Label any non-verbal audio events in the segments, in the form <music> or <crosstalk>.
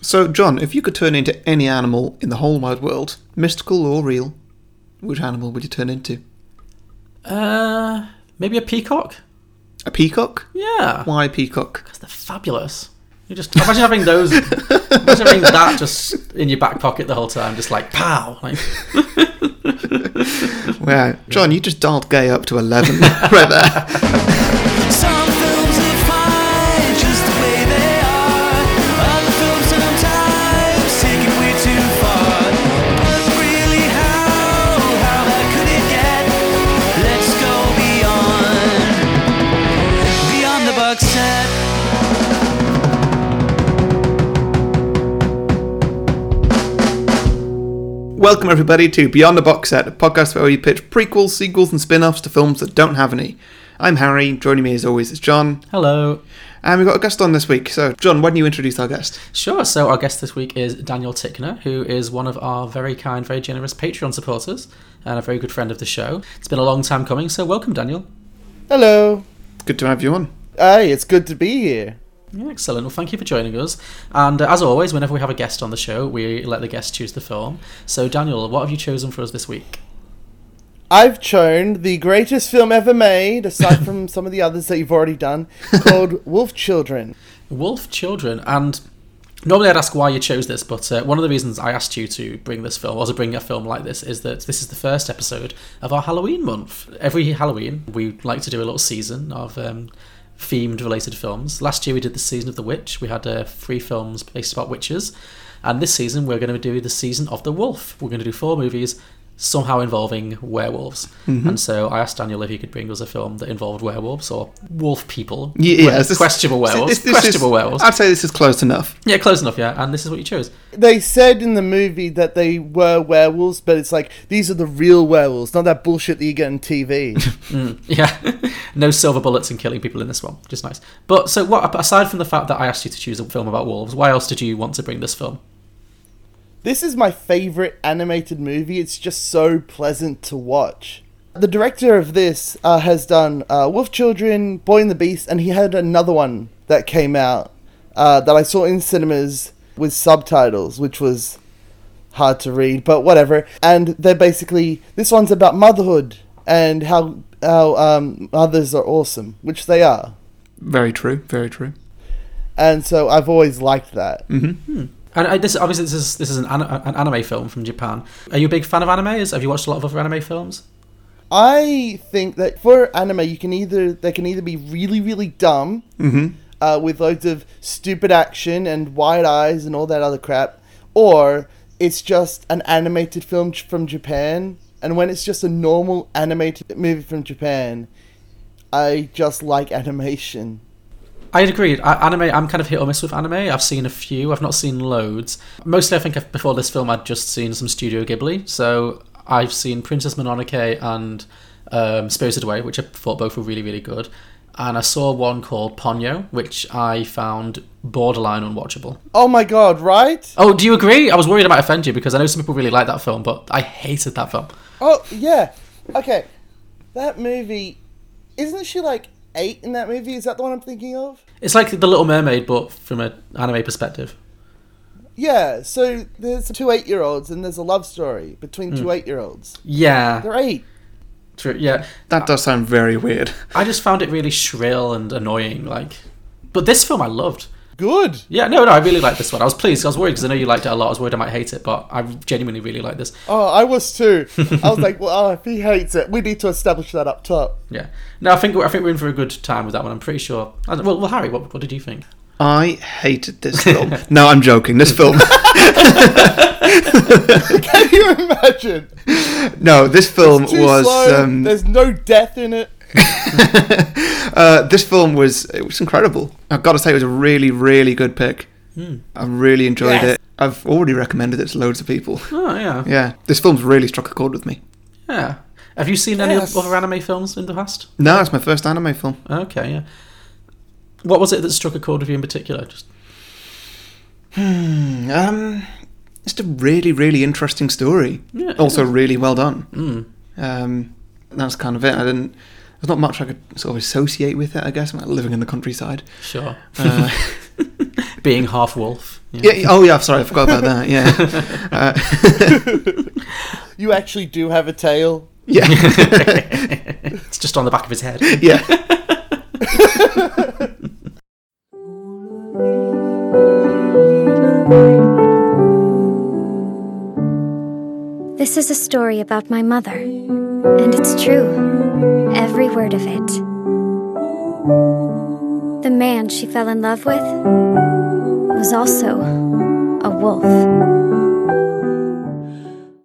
So, John, if you could turn into any animal in the whole wide world, mystical or real, which animal would you turn into? Uh, maybe a peacock. A peacock? Yeah, Why a peacock? because they're fabulous. You just imagine having those. imagine having that just in your back pocket the whole time, just like pow. Like, Wow. John, you just dialed gay up to 11 <laughs> right there. Some films are fine just the way they are. Other films sometimes take it way too far. But really, how, how bad could it get? Let's go beyond, beyond the box set. Welcome, everybody, to Beyond the Box Set, a podcast where we pitch prequels, sequels, and spin offs to films that don't have any. I'm Harry, joining me as always is John, hello. and we've got a guest on this week. So, John, why don't you introduce our guest? Sure. So our guest this week is Daniel Tickner, who is one of our very kind, very generous Patreon supporters and a very good friend of the show. It's been a long time coming, so welcome, Daniel. Hello. Good to have you on. Hey, it's good to be here. Yeah, excellent. Well, thank you for joining us. And uh, as always, whenever we have a guest on the show, we let the guest choose the film. So, Daniel, what have you chosen for us this week? I've chosen the greatest film ever made, aside from some of the others that you've already done, called Wolf Children. Wolf Children. And normally I'd ask why you chose this, but uh, one of the reasons I asked you to bring this film, or to bring a film like this, is that this is the first episode of our Halloween month. Every Halloween, we like to do a little season of um, themed related films. Last year we did the Season of the Witch. We had uh, three films based about witches. And this season we're going to do the Season of the Wolf. We're going to do four movies. Somehow involving werewolves, Mm-hmm. and so I asked Daniel if he could bring us a film that involved werewolves or wolf people. Yeah, this- questionable werewolves. this- this is- questionable werewolves. I'd say this is close enough. Yeah, close enough, yeah. And this is what you chose. <laughs> They said in the movie that they were werewolves, but it's like these are the real werewolves, not that bullshit that you get on TV. Yeah. no silver bullets and killing people in this one, which is nice. But so what aside from the fact that I asked you to choose a film about wolves, why else did you want to bring this film? This is my favorite animated movie. It's just so pleasant to watch. The director of this uh, has done uh, Wolf Children, Boy and the Beast, and he had another one that came out uh, that I saw in cinemas with subtitles, which was hard to read, but whatever. And they're basically this one's about motherhood and how how um, mothers are awesome, which they are. Very true, very true. And so I've always liked that. And I, this obviously this is this is an, an an anime film from Japan. Are you a big fan of anime? Is, have you watched a lot of other anime films? I think that for anime, you can either they can either be really really dumb, uh, with loads of stupid action and wide eyes and all that other crap, or it's just an animated film j- from Japan. And when it's just a normal animated movie from Japan, I just like animation. I'd agree. I, anime, I'm kind of hit or miss with anime. I've seen a few. I've not seen loads. Mostly, I think I've, before this film, I'd just seen some Studio Ghibli. So I've seen Princess Mononoke and um, Spirited Away, which I thought both were really, really good. And I saw one called Ponyo, which I found borderline unwatchable. Oh my god! Right? Oh, do you agree? I was worried I might offend you because I know some people really like that film, but I hated that film. Oh yeah. Okay, that movie. Isn't she like eight in that movie? Is that the one I'm thinking of? It's like The Little Mermaid, but from an anime perspective. Yeah, so there's two eight year olds and there's a love story between Hmm. two eight year olds. Yeah, They're eight. true. Yeah, That does sound very weird. I just found it really shrill and annoying. Like, but this film I loved. Good. Yeah, no, no, I really liked this one. I was pleased. I was worried because I know you liked it a lot. I was worried I might hate it, but I genuinely really liked this. Oh, I was too. I was like, <laughs> well, oh, if he hates it, we need to establish that up top. <laughs> Yeah. No, I think I think we're in for a good time with that one. I'm pretty sure. I don't- Well, well, Harry, what, what did you think? I hated this <laughs> film. no, I'm joking. This <laughs> film. Can you imagine? No, this film Too was. slow. Um, There's no death in it. <laughs> uh, this film was it was incredible. I've got to say, it was a really, really good pick. I really enjoyed Yes. it. I've already recommended it to loads of people. <laughs> Oh yeah, yeah. Yeah, this film's really struck a chord with me. Have you seen any Yes. other anime films in the past? No, it's my first anime film. Okay, yeah. What was it that struck a chord with you in particular? Just Um, just a really, really interesting story. Yeah, Hmm, it also, really well done. Um, that's kind of it. I didn't. There's <laughs> not much I could sort of associate with it. I guess, I'm like living in the countryside. sure. Uh, being half wolf. Yeah, yeah, oh, yeah, sorry, I forgot about that. Yeah. You actually do have a tail. Yeah. <laughs> It's just on the back of his head. Yeah. This is a story about my mother, and it's true, every word of it. The man she fell in love with was also a wolf.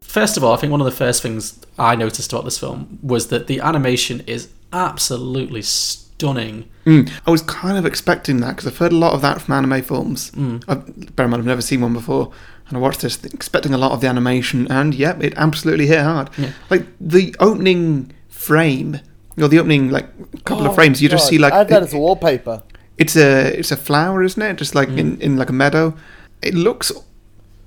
First of all, I think one of the first things I noticed about this film was that the animation is absolutely stunning. I was kind of expecting that because I've heard a lot of that from anime films. I've, bear in mind, I've never seen one before, and I watched this th- expecting a lot of the animation, and yep, it absolutely hit hard. Like the opening frame, or the opening like couple of frames, you just Oh, God, see like I have that it- as wallpaper. it's a it's a flower, isn't it? Just like in, in like a meadow, it looks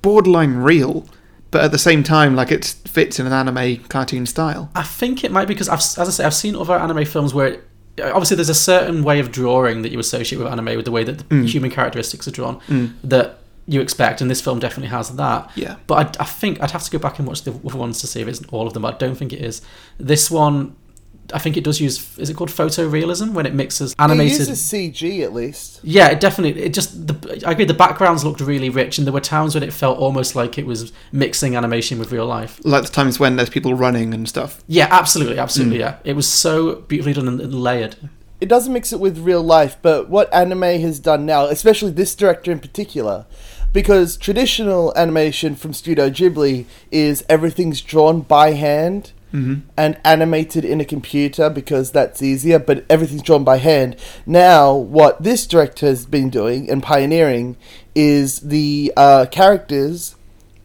borderline real, but at the same time, like it fits in an anime cartoon style. I think it might be because, I've, as I say, I've seen other anime films where it, obviously there's a certain way of drawing that you associate with anime, with the way that the human characteristics are drawn that you expect, and this film definitely has that. Yeah. But I, I think I'd have to go back and watch the other ones to see if it's all of them. But I don't think it is. This one, I think it does use. Is it called photorealism when it mixes It animated? uses CG at least. Yeah, it definitely. It just the I agree. The backgrounds looked really rich, and there were times when it felt almost like it was mixing animation with real life. Like the times when there's people running and stuff. Yeah, absolutely, absolutely. Yeah, it was so beautifully done and, and layered. It doesn't mix it with real life, but what anime has done now, especially this director in particular, because traditional animation from Studio Ghibli is everything's drawn by hand and animated in a computer because that's easier, but everything's drawn by hand. Now, what this director has been doing and pioneering is the uh, characters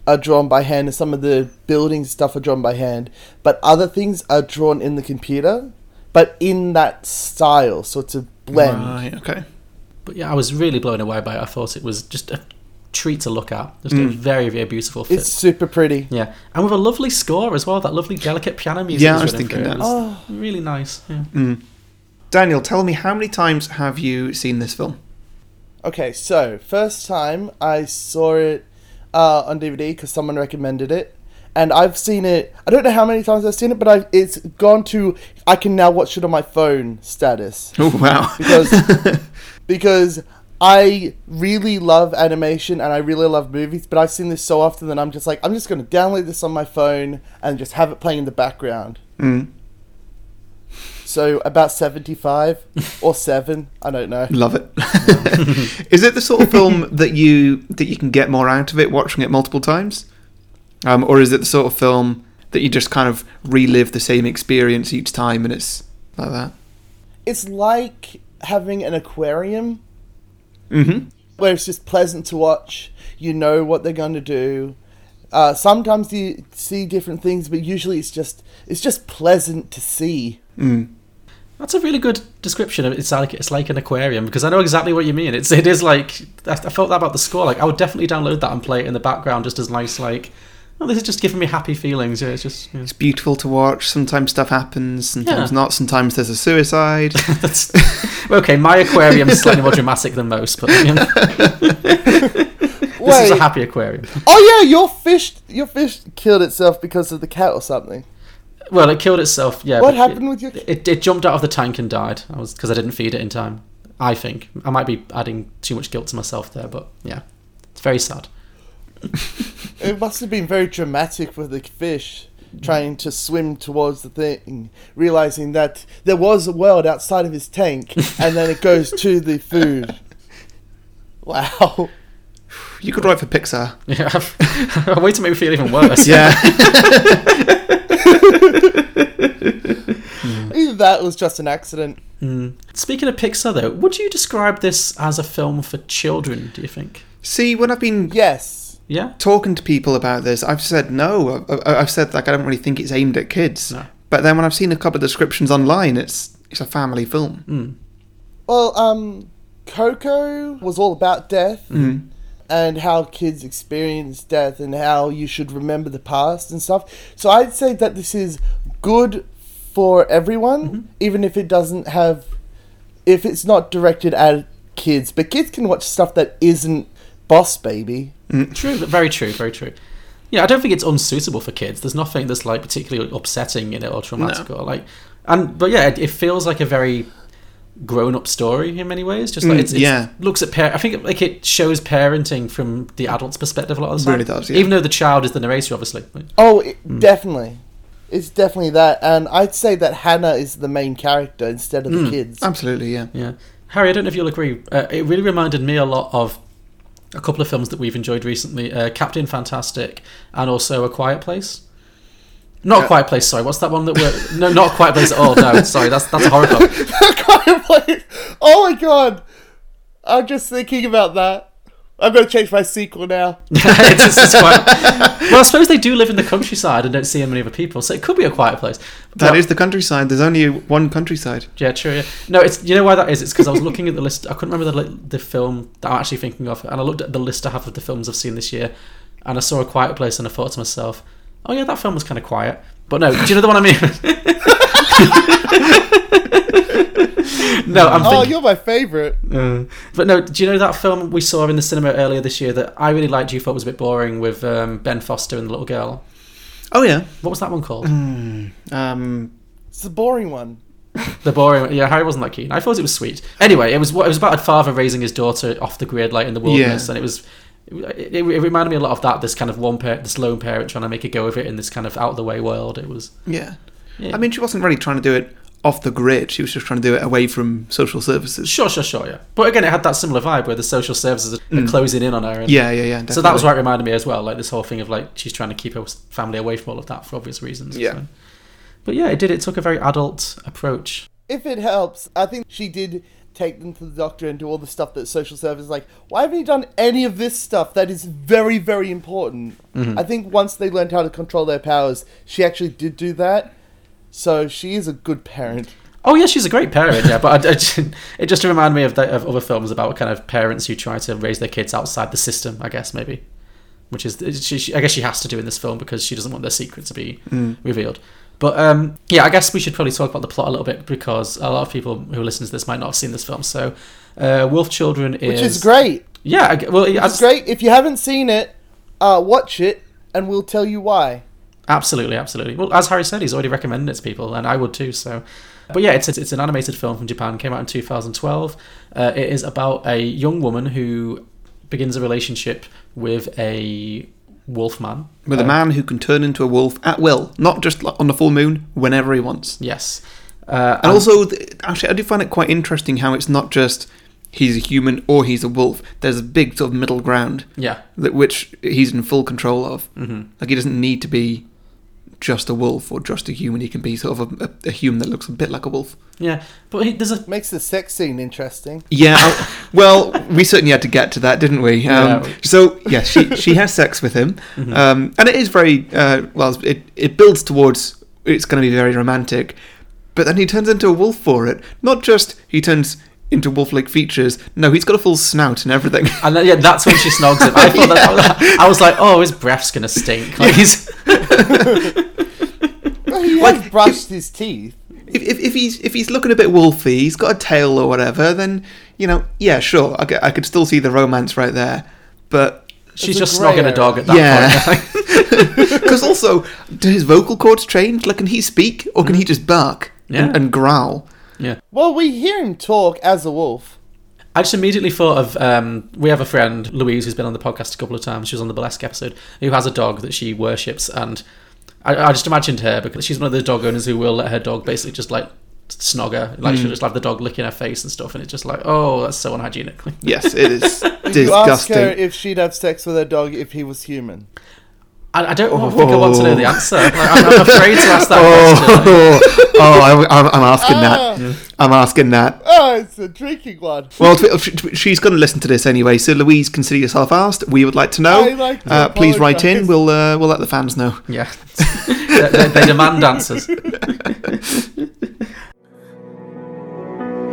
are drawn by hand and some of the building stuff are drawn by hand but other things are drawn in the computer but in that style so it's a blend Right. Okay. But yeah, I was really blown away by it. I thought it was just a treat to look at. Just a very, very beautiful fit. it's super pretty Yeah, and with a lovely score as well. That lovely, delicate piano music. Yeah, I was running thinking through it. that. It was Oh. Really nice. Yeah. Daniel, tell me how many times have you seen this film? okay so first time i saw it uh, on dvd because someone recommended it and i've seen it i don't know how many times i've seen it but I've, it's gone to i can now watch it on my phone status Oh wow! because because I really love animation and I really love movies, but I've seen this so often that I'm just like I'm just going to download this on my phone and just have it playing in the background. Mm. So about seventy-five <laughs> or seven, I don't know. <laughs> Love it. <laughs> Is it the sort of film that you that you can get more out of it watching it multiple times, um, or is it the sort of film that you just kind of relive the same experience each time and it's like that? It's like having an aquarium, mm-hmm. where it's just pleasant to watch. You know what they're going to do. Uh, sometimes you see different things, but usually it's just it's just pleasant to see. That's a really good description. of it. It's like it's like an aquarium because I know exactly what you mean. It's it is like I I felt that about the score. Like I would definitely download that and play it in the background just as nice. Like oh, this is just giving me happy feelings. Yeah, it's just yeah. <laughs> It's beautiful to watch. Sometimes stuff happens, sometimes Yeah. not. Sometimes there's a suicide. <laughs> that's okay. My aquarium is slightly more dramatic than most, but you know, this is a happy aquarium. Oh yeah, your fish, your fish killed itself because of the cat or something. Well, it killed itself. Yeah. What but happened it, with your- It, it jumped out of the tank and died. I was because I didn't feed it in time. I think I might be adding too much guilt to myself there, but yeah, it's very sad. <laughs> It must have been very dramatic for the fish trying to swim towards the thing, realizing that there was a world outside of his tank, and then it goes to the <laughs> food. Wow. <laughs> you could write for Pixar. Yeah, <laughs> a way to make me feel even <laughs> worse. Yeah, Either that was just an accident. Speaking of Pixar, though, would you describe this as a film for children? Do you think? see, when I've been Yes. Yeah. talking to people about this, I've said no. I- I- I've said like I don't really think it's aimed at kids. No. But then when I've seen a couple of descriptions online, it's it's a family film. Mm. Well, um, Coco was all about death and how kids experience death and how you should remember the past and stuff. So I'd say that this is good for everyone, even if it doesn't have, if it's not directed at kids, but kids can watch stuff that isn't Boss Baby. True, but <laughs> very true, very true. Yeah, I don't think it's unsuitable for kids. There's nothing that's like particularly upsetting in it or traumatic or like, and but yeah, it, it feels like a very grown-up story in many ways. Just like Mm, it's, it's yeah. looks at par- I think it, like it shows parenting from the adult's perspective a lot of the time. Really does, yeah. Even though the child is the narrator, obviously. Oh, it, definitely. It's definitely that, and I'd say that Hannah is the main character instead of the kids. Absolutely, yeah. Yeah, Harry, I don't know if you'll agree. Uh, it really reminded me a lot of a couple of films that we've enjoyed recently: uh, Captain Fantastic and also A Quiet Place. Not a Quiet Place, sorry. What's that one that we're? no, not a Quiet Place at all. No, sorry. That's that's a horror <laughs> film. I'm like, oh my god, I'm just thinking about that. I'm gonna change my sequel now. It's- it's- it's quite- well, I suppose they do live in the countryside and don't see many other people, so it could be a quiet place. That Well, is the countryside. There's only one countryside. Yeah, true. Yeah. No, it's you know why that is. It's because I was looking at the list. I couldn't remember the li- the film that I'm actually thinking of, and I looked at the list I have of the films I've seen this year, and I saw a Quiet Place, and I thought to myself, "Oh yeah, that film was kind of quiet." But no, do you know the one I mean? <laughs> no, I'm Oh, thinking. you're my favorite. But no, do you know that film we saw in the cinema earlier this year that I really liked? You thought was a bit boring with um, Ben Foster and the little girl. Oh yeah. What was that one called? Um, It's a boring one. The boring, yeah. Harry wasn't that keen. I thought it was sweet. Anyway, it was what it was about a father raising his daughter off the grid, like in the wilderness, Yeah. and it was. It, it reminded me a lot of that. This kind of one parent, this lone parent trying to make a go of it in this kind of out of the way world. It was. yeah. Yeah. I mean, she wasn't really trying to do it off the grid. She was just trying to do it away from social services. Sure, sure, sure, yeah. But again, it had that similar vibe where the social services are closing in on her. And, Mm. Yeah, yeah, yeah. So that definitely. was what it reminded me as well. Like this whole thing of like she's trying to keep her family away from all of that for obvious reasons. Yeah. so. But yeah, it did. It took a very adult approach. If it helps, I think she did take them to the doctor and do all the stuff that social service like. Why haven't you done any of this stuff that is very, very important? Mm-hmm. I think once they learned how to control their powers, she actually did do that. So she is a good parent. Oh yeah, she's a great parent. Yeah, but I, I just- it just reminded me of, the, of other films about kind of parents who try to raise their kids outside the system. I guess maybe, which is she, she, I guess she has to do in this film because she doesn't want their secret to be Hmm. revealed. But um, yeah, I guess we should probably talk about the plot a little bit because a lot of people who listen to this might not have seen this film. So, uh, Wolf Children is Which is great. Yeah, I g- well, yeah, It's great. If you haven't seen it, uh, watch it and we'll tell you why. Absolutely, absolutely. Well, as Harry said, he's already recommended it to people, and I would too. So, but yeah, it's it's, it's an animated film from Japan. Came out in 2012. Uh, it is about a young woman who begins a relationship with a wolf man. with a man who can turn into a wolf at will, not just like, on the full moon, whenever he wants. Yes. Uh, And also, th- actually, I do find it quite interesting how it's not just he's a human or he's a wolf. There's a big sort of middle ground, yeah, that, which he's in full control of. Like he doesn't need to be just a wolf or just a human. He can be sort of a, a, a human that looks a bit like a wolf. yeah. But he, there's a Makes the sex scene interesting. Yeah. I- well, we certainly had to get to that, didn't we? Um, Yeah. Mm-hmm. So yeah, she she has sex with him, um, and it is very uh, well. It it builds towards it's going to be very romantic, but then he turns into a wolf for it. Not just he turns into wolf-like features. No, he's got a full snout and everything. <laughs> <laughs> and then, yeah, that's when she snogs him. I thought that, I was like, oh, his breath's gonna stink. Like he's Well, Oh, he Like, has brushed his teeth. if, if, if he's if he's looking a bit wolfy, he's got a tail or whatever. Then you know, yeah, sure, I, c- I could still see the romance right there, but she's a just grey snogging a area. dog at that point. yeah. <laughs> <laughs> Because also, do his vocal cords change? Like, can he speak or Mm. can he just bark Yeah. and, and growl? Well, we hear him talk as a wolf. I just immediately thought of um, we have a friend Louise who's been on the podcast a couple of times. She was on the burlesque episode. Who has a dog that she worships, and I, I just imagined her because she's one of those dog owners who will let her dog basically just like snog her, like Hmm. she'll just have the dog licking her face and stuff, and it's just like, oh, that's so unhygienic. Yes, it <laughs> is You ask her <laughs> disgusting. if she'd have sex with her dog if he was human. <laughs> I, I don't think I want to know the answer. Like, I'm, I'm afraid to ask that question. <laughs> Oh. Oh, oh, I, am I'm asking Ah. that. I'm asking that. Oh, it's a drinking one. Well, t- t- t- she's going to listen to this anyway. So, Louise, consider yourself asked. We would like to know. I like to uh, please write in. apologise. We'll uh, we'll let the fans know. <laughs> Yeah, they, they- they demand answers.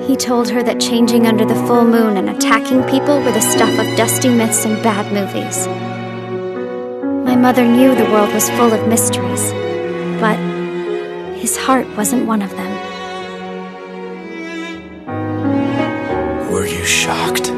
He told her that changing under the full moon and attacking people were the stuff of dusty myths and bad movies. My mother knew the world was full of mysteries, but his heart wasn't one of them. Were you shocked?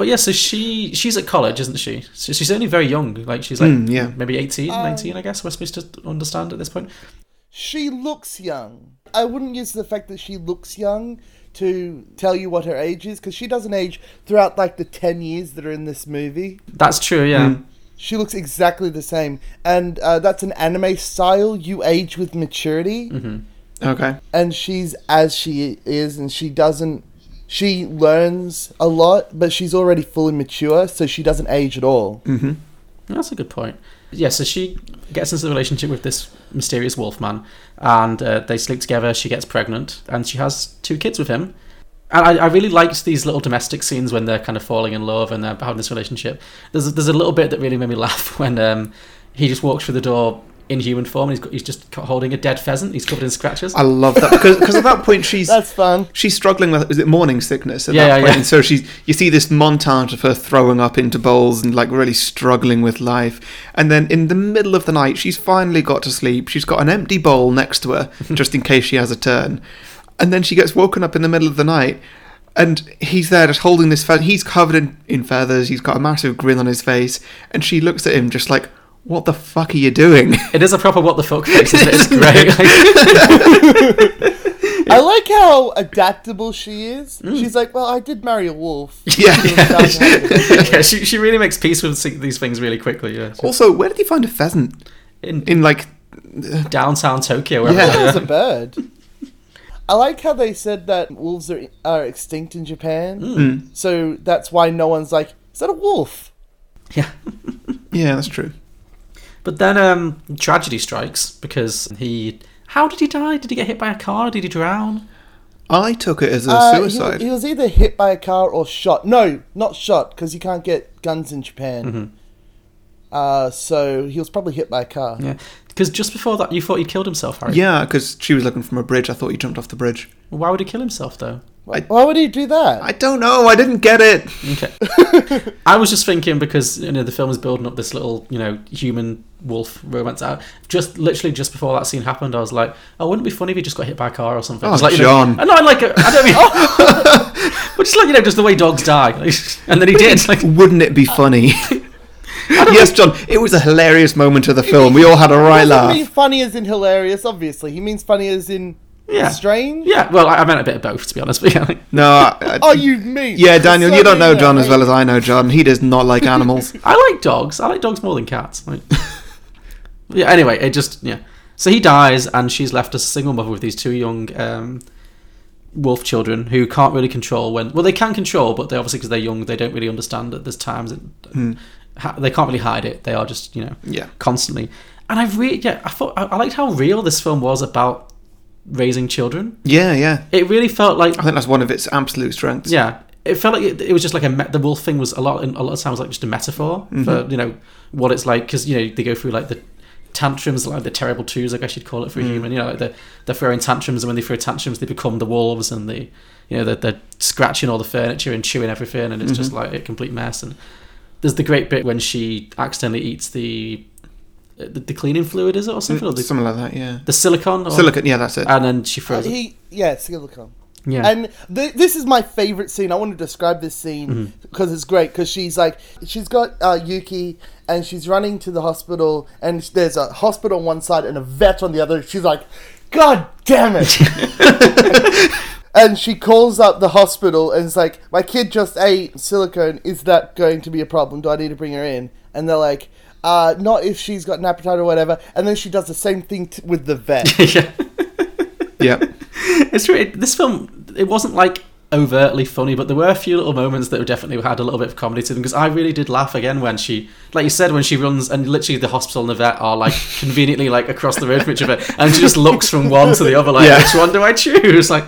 yeah, so she she's at college, isn't she? So she's only very young. Like she's like Mm, yeah. maybe 18, 19, I guess. We're supposed to understand at this point. She looks young. I wouldn't use the fact that she looks young to tell you what her age is because she doesn't age throughout like the 10 years that are in this movie. That's true. Yeah. Hmm. She looks exactly the same. And uh, that's an anime style. You age with maturity. Okay. And she's as she is, and she doesn't. She learns a lot, but she's already fully mature, so she doesn't age at all. That's a good point. Yeah, so she gets into the relationship with this mysterious wolf man, and uh, they sleep together. She gets pregnant, and she has two kids with him. And I, I really liked these little domestic scenes when they're kind of falling in love and they're having this relationship. There's a, there's a little bit that really made me <laughs> laugh when um, he just walks through the door in human form and he's, got, he's just ca- holding a dead pheasant. He's covered in scratches. I love that because 'cause at that point she's <laughs> That's fun. she's struggling with is it morning sickness at that Yeah, yeah, point? yeah. and so she's you see this montage of her throwing up into bowls and like really struggling with life and then in the middle of the night she's finally got to sleep she's got an empty bowl next to <laughs> her just in case she has a turn and then she gets woken up in the middle of the night and he's there just holding this feather he's covered in, in feathers he's got a massive grin on his face and she looks at him just like what the fuck are you doing <laughs> It is a proper what the fuck face, isn't it? It's great. Like, I like how adaptable she is. She's like, well, I did marry a wolf. <laughs> Yeah. yeah, she, she really makes peace with these things really quickly. Yeah, also where did he find a pheasant in, in like downtown Tokyo. Where Yeah. That was a bird. I like how they said that wolves are, are extinct in Japan. So that's why no one's like, is that a wolf? yeah. yeah that's true But then um, tragedy strikes because he. How did he die? Did he get hit by a car? Did he drown? I took it as a Uh, he- suicide. He, was either hit by a car or shot. No, not shot, because you can't get guns in Japan. Mm-hmm. Uh, so he was probably hit by a car. Yeah. Because just before that, you thought he killed himself, Harry. Yeah, because she was looking from a bridge. I thought he jumped off the bridge. Why would he kill himself though? Why would he do that? I don't know. I didn't get it. <laughs> Okay. I was just thinking because you know the film is building up this little you know human wolf romance out. Just literally just before that scene happened, I was like, oh, wouldn't it be funny if he just got hit by a car or something? Oh, Just like, you John. Know, I know, I like it. I don't mean. <laughs> <laughs> but just like you know, just the way dogs die, <laughs> and then he did. Like, Wouldn't it Uh, be funny? <laughs> yes, John. It was a hilarious moment of the film. We all had a right He doesn't mean laugh. funny as in hilarious, obviously. He means funny as in yeah. strange. Yeah. Well, I, I meant a bit of both, to be honest. But yeah, like- No. <laughs> I, I- Oh, you mean? yeah, Daniel. So you don't know mean, John as right? well as I know John. He does not like <laughs> animals. I like dogs. I like dogs more than cats. Like, <laughs> yeah. Anyway, it just yeah. So he dies, and she's left as a single mother with these two young um, wolf children who can't really control when. Well, they can control, but they obviously because they're young, they don't really understand that there's times that ha- they can't really hide it. They are just you know Yeah. constantly. And I really yeah I thought I, I liked how real this film was about raising children. yeah, yeah. It really felt like I think that's one of its absolute strengths. yeah, it felt like it, it was just like a me- the wolf thing was a lot a lot of times like just a metaphor Mm-hmm. for you know what it's like because you know they go through like the tantrums like the terrible twos I guess you'd call it Mm. for a human you know like they're, they're throwing tantrums and when they throw tantrums they become the wolves and they you know they're, they're scratching all the furniture and chewing everything and it's just like Mm-hmm. a complete mess and there's the great bit when she accidentally eats the uh, the, the cleaning fluid is it or Mm, something or the, Something like that. Yeah. the silicon or, Silicon. Yeah, that's it. and then she throws it Uh, He, yeah, silicone. yeah And th- this is my favorite scene. I want to describe this scene because it's great. Because she's like, she's got uh, Yuki and she's running to the hospital, and there's a hospital on one side and a vet on the other. She's like, God damn it! and she calls up the hospital and is like, My kid just ate silicone. Is that going to be a problem? Do I need to bring her in? And they're like, uh, Not if she's got an appetite or whatever. And then she does the same thing t- with the vet. <laughs> <laughs> yeah. <laughs> yeah. It's really, this film. It wasn't like overtly funny, but there were a few little moments that definitely had a little bit of comedy to them. Because I really did laugh again when she, like you said, when she runs and literally the hospital and the vet are like conveniently like across the road from each other, and she just looks from one to the other, like Yeah. which one do I choose? <laughs> Like,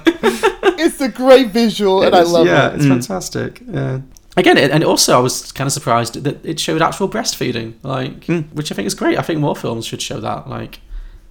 it's a great visual, and I love it. yeah, it's fantastic. Yeah. Again, it, and also I was kind of surprised that it showed actual breastfeeding, like which I think is great. I think more films should show that. Like,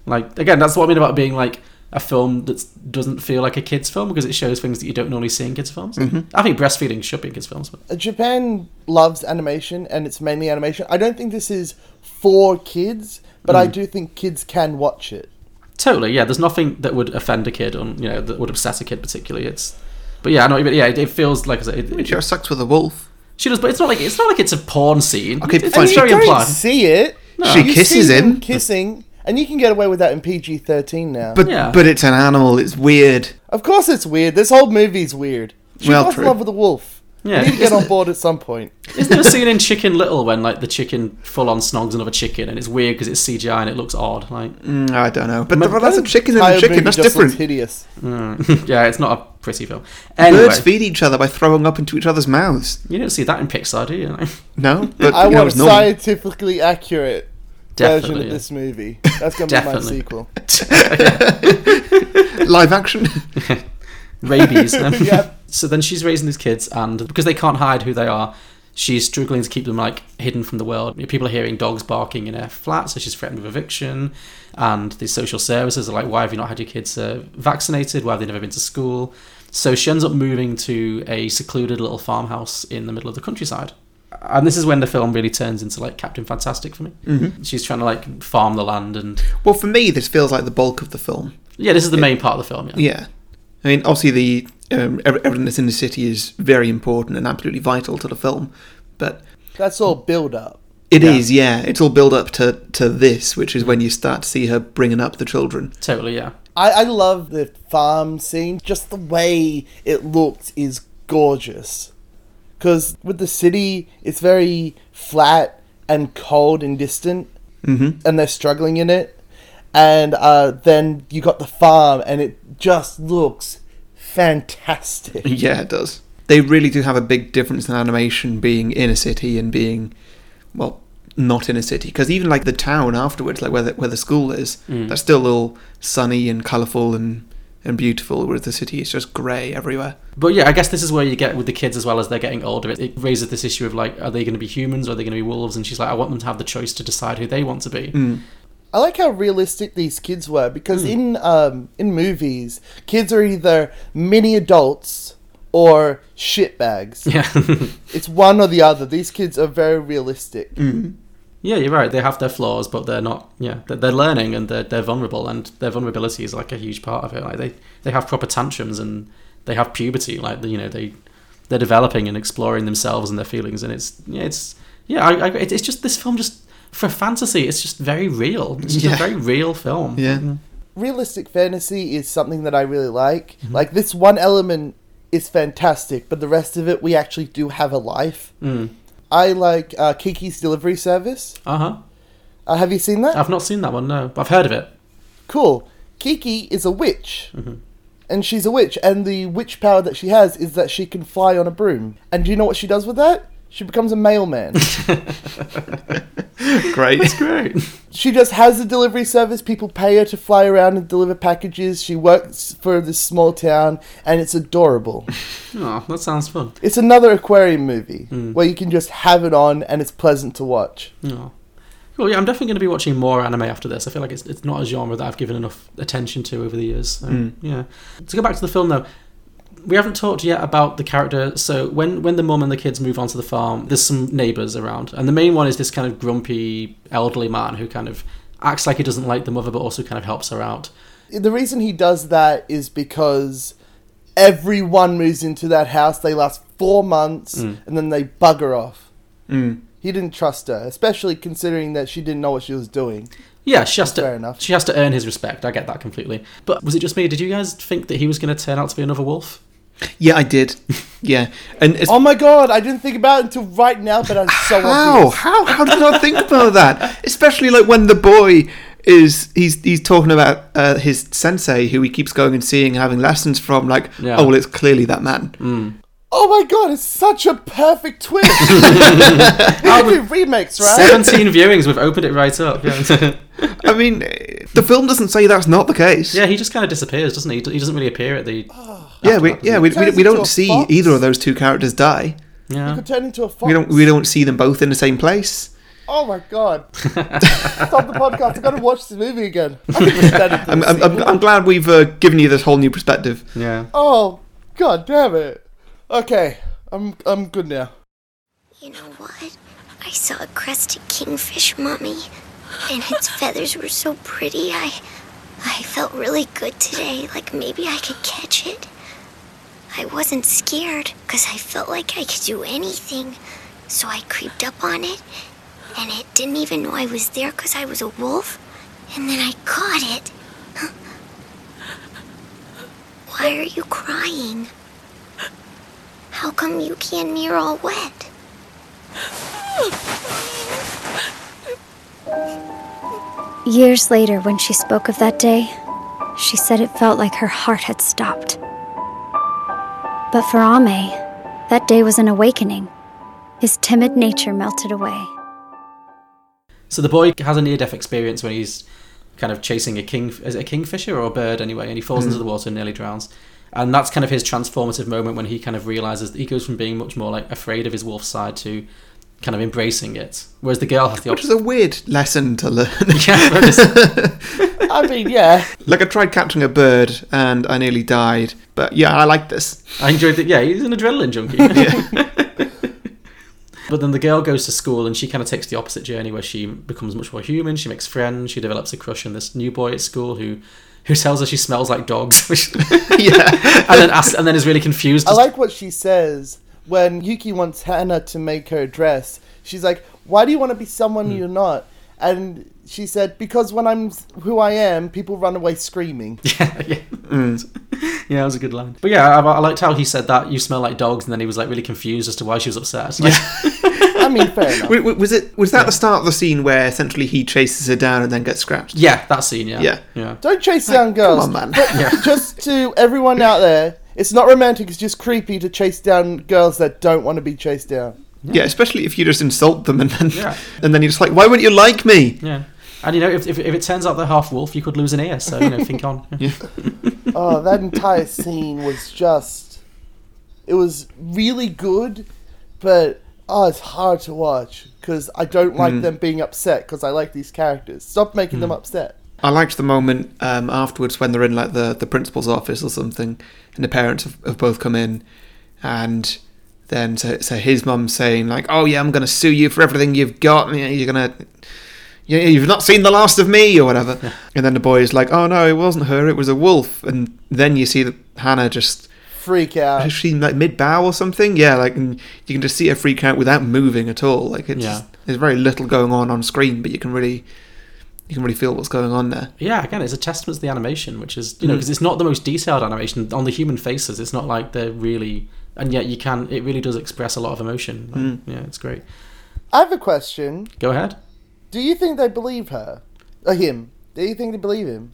like again, that's what I mean about being like a film that doesn't feel like a kids film because it shows things that you don't normally see in kids films. I think breastfeeding should be in kids films. But Japan loves animation and it's mainly animation. I don't think this is for kids, but Hmm. I do think kids can watch it. totally, yeah. There's nothing that would offend a kid, or you know, that would upset a kid particularly. It's, but yeah, I know. what you mean. Yeah, it, it feels like I said, it, She sucks with a wolf. She does, but it's not like it's not like it's a porn scene. Okay, it's, fine. it's You very don't implied. see it. She You kisses see them him. Kissing, and you can get away with that in PG thirteen now. But Yeah. but it's an animal. It's weird. of course, it's weird. This whole movie's weird. She Well, lost true. love with a wolf. Yeah, need to get isn't on it- board at some <laughs> point. Isn't there a scene in Chicken Little when like the chicken full on snogs another chicken and it's weird because it's CGI and it looks odd? Like, Mm, I don't know. But, but that's a chicken and Entire a chicken. movie That's just looks different. Hideous. <laughs> yeah, it's not a pretty film. Anyway, Mm. Birds feed each other by throwing up into each other's mouths. you don't see that in Pixar, do you? <laughs> Like, No, but I you know, want a it's normal. scientifically accurate version definitely. of yeah. this movie. That's gonna be my Definitely. sequel. <laughs> live action. <laughs> <laughs> rabies. Yeah. <laughs> So then she's raising these kids, and because they can't hide who they are, she's struggling to keep them like hidden from the world. People are hearing dogs barking in her flat, so she's threatened with eviction. And the social services are like, "Why have you not had your kids uh, vaccinated? Why have they never been to school?" So she ends up moving to a secluded little farmhouse in the middle of the countryside. And this is when the film really turns into like Captain Fantastic for me. Mm-hmm. She's trying to like farm the land, and well, for me, this feels like the bulk of the film. yeah, this is the main part of the film. Yeah, Yeah, I mean, obviously the um, ev- everything that's in the city is very important and absolutely vital to the film, but That's all build up. it Yeah. is, yeah. it's all build up to to this, which is when you start to see her bringing up the children. totally. Yeah, I, I love the farm scene. Just the way it looked is gorgeous. Because with the city, it's very flat and cold and distant, mm-hmm. and they're struggling in it. And uh, then you got the farm, and it just looks fantastic. Yeah, it does. They really do have a big difference in animation being in a city and being, well, not in a city. Because even like the town afterwards, like where the, where the school is, that's still all sunny and colourful and and beautiful. Whereas the city is just grey everywhere. But yeah, I guess this is where you get with the kids as well as they're getting older. It, it raises this issue of like, are they going to be humans or are they going to be wolves? And she's like, I want them to have the choice to decide who they want to be. Mm. I like how realistic these kids were because in um, in movies, kids are either mini adults or shitbags. <laughs> Yeah, It's one or the other. These kids are very realistic. yeah, you're right. They have their flaws, but they're not. Yeah, they're, they're learning and they're they're vulnerable, and their vulnerability is like a huge part of it. Like they they have proper tantrums and they have puberty. Like you know they they're developing and exploring themselves and their feelings, and it's yeah it's yeah I, I it- it's just this film just for fantasy it's just very real. It's just Yeah. a very real film. Mm. Yeah. Realistic fantasy is something that I really like. Like this one element is fantastic, but the rest of it, we actually do have a life. I like uh, Kiki's Delivery Service. Uh huh. Uh, have you seen that? I've not seen that one. No, but I've heard of it. cool. Kiki is a witch. And she's a witch, and the witch power that she has is that she can fly on a broom. And do you know what she does with that? She becomes a mailman. Great. <laughs> Great. she just has a delivery service. People pay her to fly around and deliver packages. She works for this small town, and it's adorable. Oh, that sounds fun. it's another aquarium movie where you can just have it on, and it's pleasant to watch. Oh. Well, yeah, I'm definitely going to be watching more anime after this. I feel like it's, it's not a genre that I've given enough attention to over the years. So, Yeah. To go back to the film, though, we haven't talked yet about the character. So when, when the mum and the kids move onto the farm, there's some neighbours around. And the main one is this kind of grumpy elderly man who kind of acts like he doesn't like the mother, but also kind of helps her out. The reason he does that is because everyone moves into that house. They last four months, and then they bugger off. He didn't trust her, especially considering that she didn't know what she was doing. Yeah, she has to. Fair enough. She has to earn his respect. I get that completely. But was it just me? Did you guys think that he was going to turn out to be another wolf? yeah, I did. Yeah, and it's <laughs> Oh my god, I didn't think about it until right now, but I'm so How? obvious. How? How did I not think about that? Especially like when the boy is he's he's talking about uh, his sensei who he keeps going and seeing and having lessons from. Like, Yeah. oh well, it's clearly that man. Oh my god, it's such a perfect <laughs> twist. How do remakes, right? 17 viewings. We've opened it right up. Yeah. <laughs> I mean, eh, the film doesn't say that's not the case. Yeah, he just kind of disappears, doesn't he? He d- He doesn't really appear at the. yeah, we, yeah. We, we, Turns we into a don't see fox. either of those two characters die. Yeah. Could turn into a fox. We don't. We don't see them both in the same place. Oh my <laughs> god. Stop the podcast. I've got to watch this movie again. I can put that into I'm, the I'm, I'm, sequel. I'm glad we've uh, given you this whole new perspective. Yeah. Oh, god damn it. Okay, I'm I'm good now. You know what? I saw a crested kingfish, Mommy, and its feathers were so pretty. I I felt really good today, like maybe I could catch it. I wasn't scared because I felt like I could do anything. So I creeped up on it, and it didn't even know I was there because I was a wolf. And then I caught it. Why are you crying? How come you can't you're all wet? Years later, when she spoke of that day, she said it felt like her heart had stopped. But for Ame, that day was an awakening. His timid nature melted away. So the boy has a near death experience when he's kind of chasing a king is it a kingfisher or a bird anyway, and he falls into the water and nearly drowns. And that's kind of his transformative moment when he kind of realizes that he goes from being much more like afraid of his wolf side to kind of embracing it. Whereas the girl has the Which opposite. <laughs> is a weird lesson to learn. <laughs> Yeah, but it's- I mean, yeah. like, I tried catching a bird and I nearly died. But yeah, I like this. I enjoyed it. Yeah, he's an adrenaline junkie. <laughs> but then the girl goes to school and she kind of takes the opposite journey where she becomes much more human. She makes friends. She develops a crush on this new boy at school who, who tells her she smells like dogs. <laughs> which- yeah. and then asks, and then is really confused. I as- like what she says when Yuki wants Hannah to make her dress. She's like, "Why do you want to be Hmm. someone you're not?" And she said, "Because when I'm s- who I am, people run away screaming." <laughs> yeah, yeah. yeah, that was a good line. But yeah, I, I liked how he said that you smell like dogs, and then he was like really confused as to why she was upset. It's like- I mean, <laughs> fair enough. W- w- Was it was that the start of the scene where essentially he chases her down and then gets scratched? yeah, that scene. Yeah, Yeah. yeah. Don't chase down Come girls. on, man. Just to everyone out there, it's not romantic. It's just creepy to chase down girls that don't want to be chased down. Yeah, especially if you just insult them and then Yeah. and then you're just like, why wouldn't you like me? Yeah. And you know, if, if, if it turns out they're half wolf, you could lose an ear. So you know, think on. Oh, that <laughs> entire scene was just. It was really good, but oh, it's hard to watch because I don't Mm. like them being upset because I like these characters. Stop making them upset. I liked the moment um, afterwards when they're in like the, the principal's office or something, and the parents have, have both come in, and then so, so his mum's saying like, "Oh yeah, I'm gonna sue you for everything you've got. and You're gonna, you- you've not seen the last of me or whatever." And then the boy is like, "Oh no, it wasn't her. It was a wolf." And then you see that Hannah just Freak out. is she like mid bow or something? Yeah, like and you can just see her freak out without moving at all. Like it's Yeah. just, there's very little going on on screen, but you can really you can really feel what's going on there. Yeah, again, it's a testament to the animation, which is you know, because it's not the most detailed animation on the human faces. It's not like they're really, and yet you can. It really does express a lot of emotion. Like, Yeah, it's great. I have a question. Go ahead. Do you think they believe her? Or him? Do you think they believe him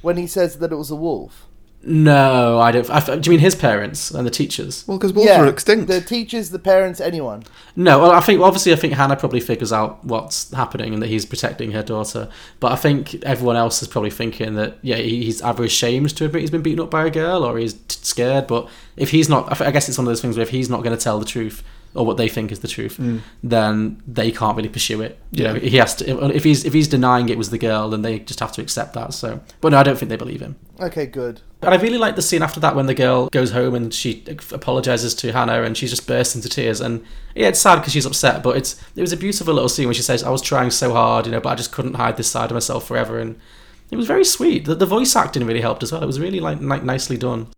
when he says that it was a wolf? No, I don't. I, do you mean his parents and the teachers? Well, because wolves are extinct. The teachers, the parents, anyone. No, well, I think obviously I think Hannah probably figures out what's happening and that he's protecting her daughter. But I think everyone else is probably thinking that yeah, he- he's either ashamed to admit he's been beaten up by a girl or he's t- scared. But if he's not, I thi- I guess it's one of those things where if he's not going to tell the truth or what they think is the truth, then they can't really pursue it. You Yeah. know, he has to. If he's if he's denying it was the girl, then they just have to accept that. So, but no, I don't think they believe him. Okay, good. And I really like the scene after that when the girl goes home and she apologizes to Hannah and she just bursts into tears. And yeah, it's sad because she's upset, but it's it was a beautiful little scene when she says, "I was trying so hard, you know, but I just couldn't hide this side of myself forever." And it was very sweet. The, the voice acting really helped as well. It was really like, like nicely done.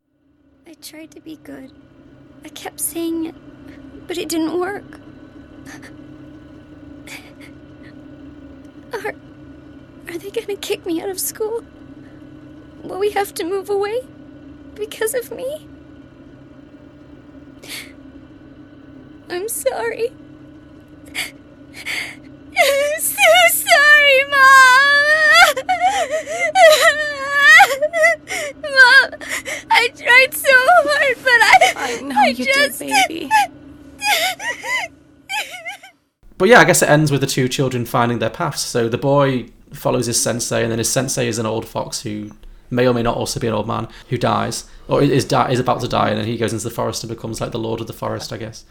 I tried to be good. I kept saying it, but it didn't work. Are, are they gonna kick me out of school? Will we have to move away? Because of me? I'm sorry. I'm so sorry, Mom. Mom, I tried so hard, but I. I know you just... did, baby. But yeah, I guess it ends with the two children finding their paths. So the boy follows his sensei, and then his sensei is an old fox who may or may not also be an old man who dies or is di- is about to die, and then he goes into the forest and becomes like the lord of the forest, I guess.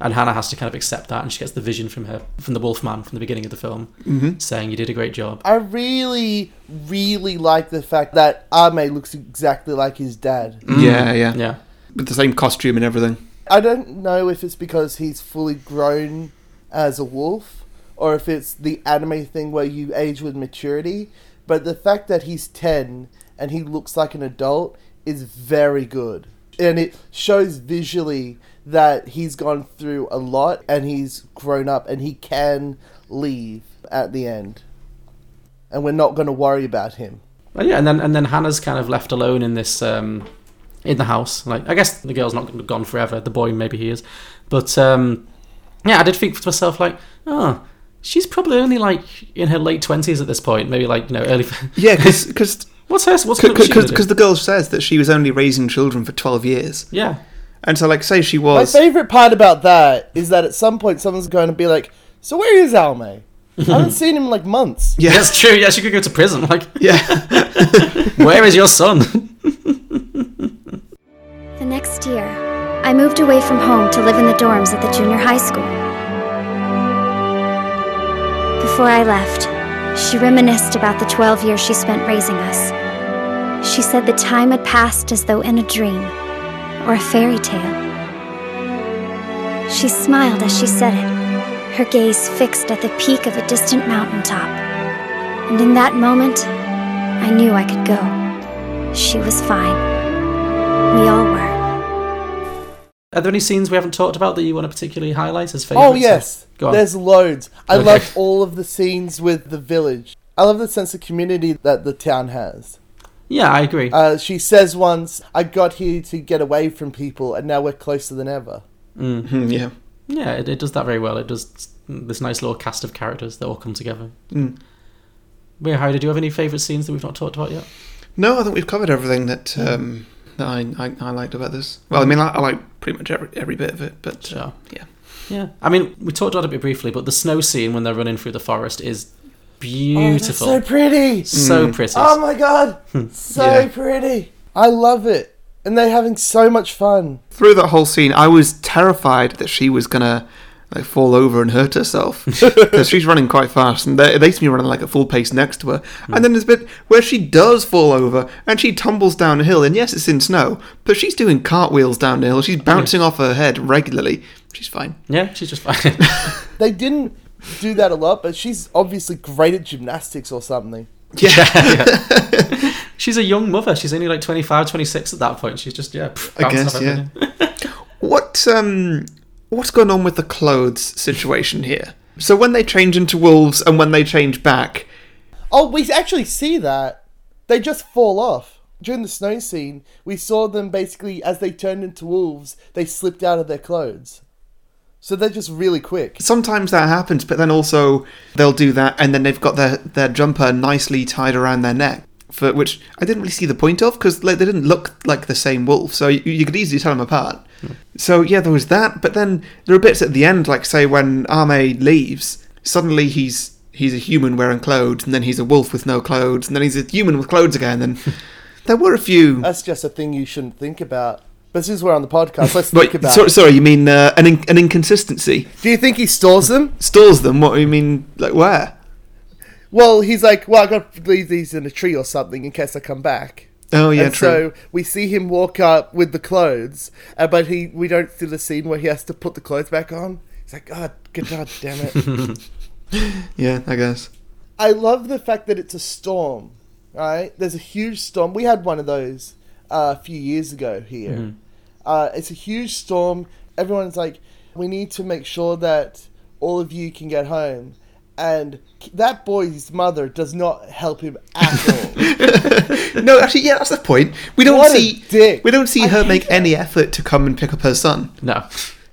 And Hannah has to kind of accept that, and she gets the vision from her from the wolf man from the beginning of the film, saying, "You did a great job." I really, really like the fact that Ame looks exactly like his dad. Yeah, yeah, Yeah, With the same costume and everything. I don't know if it's because he's fully grown as a wolf or if it's the anime thing where you age with maturity, but the fact that he's 10 and he looks like an adult is very good. and it shows visually that he's gone through a lot and he's grown up and he can leave at the end. And we're not going to worry about him. Well, yeah, and then and then Hannah's kind of left alone in this um, in the house. Like I guess the girl's not gone forever. The boy maybe he is, but um, yeah, I did think to myself like, oh, she's probably only like in her late twenties at this point. Maybe like you know early. <laughs> Yeah, <laughs> because what's her? What's gonna- what's she gonna do? because the girl says that she was only raising children for 12 years. yeah. And so, like, say she My was. favorite part about that is that at some point someone's going to be like, "So where is Alme? I <laughs> haven't seen him in, like months." Yeah. That's true. Yeah, she could go to prison. Like, Yeah. where is your son? <laughs> The next year, I moved away from home to live in the dorms at the junior high school. Before I left, she reminisced about the 12 years she spent raising us. She said the time had passed as though in a dream or a fairy tale. She smiled as she said it, her gaze fixed at the peak of a distant mountaintop. And in that moment, I knew I could go. She was fine. We all were. Are there any scenes we haven't talked about that you want to particularly highlight as favorites? Oh yes, Go on. there's loads. I Okay. love all of the scenes with the village. I love the sense of community that the town has. Yeah, I agree. Uh, she says once, "I got here to get away from people, and now we're closer than ever." Mhm, <laughs> yeah. yeah, it, it does that very well. It does this nice little cast of characters that all come together. Hmm. Wait, Harry, did you have any favourite scenes that we've not talked about yet? No, I think we've covered everything that um, that I, I, I liked about this. Well, I mean, I, I like pretty much every, every bit of it, but Sure. yeah. Yeah. I mean, we talked about it a bit briefly, but the snow scene when they're running through the forest is Oh, beautiful. that's so pretty. So Hmm. pretty. Oh my <laughs> god, so Yeah. pretty. I love it, and they're having so much fun. Through that whole scene, I was terrified that she was gonna like fall over and hurt herself because she's running quite fast, and they, they seem to be running like a full pace next to her. And then there's a bit where she does fall over and she tumbles down a hill, and yes, it's in snow, but she's doing cartwheels down the hill. She's bouncing off her head regularly. She's fine. yeah, she's just fine. <laughs> They didn't do that a lot, but she's obviously great at gymnastics or something. she's a young mother. She's only like 25, 26 at that point. She's just, yeah, pff, I bouncing guess, off yeah. everything. What um what's going on with the clothes situation here? So when they change into wolves and when they change back, Oh, we actually see that. They just fall off. During the snow scene, we saw them basically as they turned into wolves, they slipped out of their clothes. So they're just really quick. sometimes that happens, but then also they'll do that and then they've got their their jumper nicely tied around their neck. For which I didn't really see the point of because like, they didn't look like the same wolf, so you, you could easily tell them apart. Hmm. So yeah, there was that, but then there are bits at the end, like say when Ame leaves, suddenly he's he's a human wearing clothes, and then he's a wolf with no clothes, and then he's a human with clothes again. <laughs> And there were a few That's just a thing you shouldn't think about. But since we're on the podcast, let's think Wait, about so, it. sorry, you mean uh, an in- an inconsistency Do you think he stores them? stores them? What do you mean? Like where? Well, he's like, well, i got to leave these in a tree or something in case I come back. Oh yeah, and true. so we see him walk up with the clothes, uh, but he we don't see the scene where he has to put the clothes back on. He's like, God, good God damn <laughs> it. yeah, I guess. I love the fact that it's a storm, right? There's a huge storm. We had one of those uh, a few years ago here. Mm-hmm. Uh, it's a huge storm. Everyone's like, we need to make sure that all of you can get home. And that boy's mother does not help him <laughs> at all. No, actually, yeah, that's the point. We don't What a see dick. we don't see I her hate make her. any effort to come and pick up her son. No.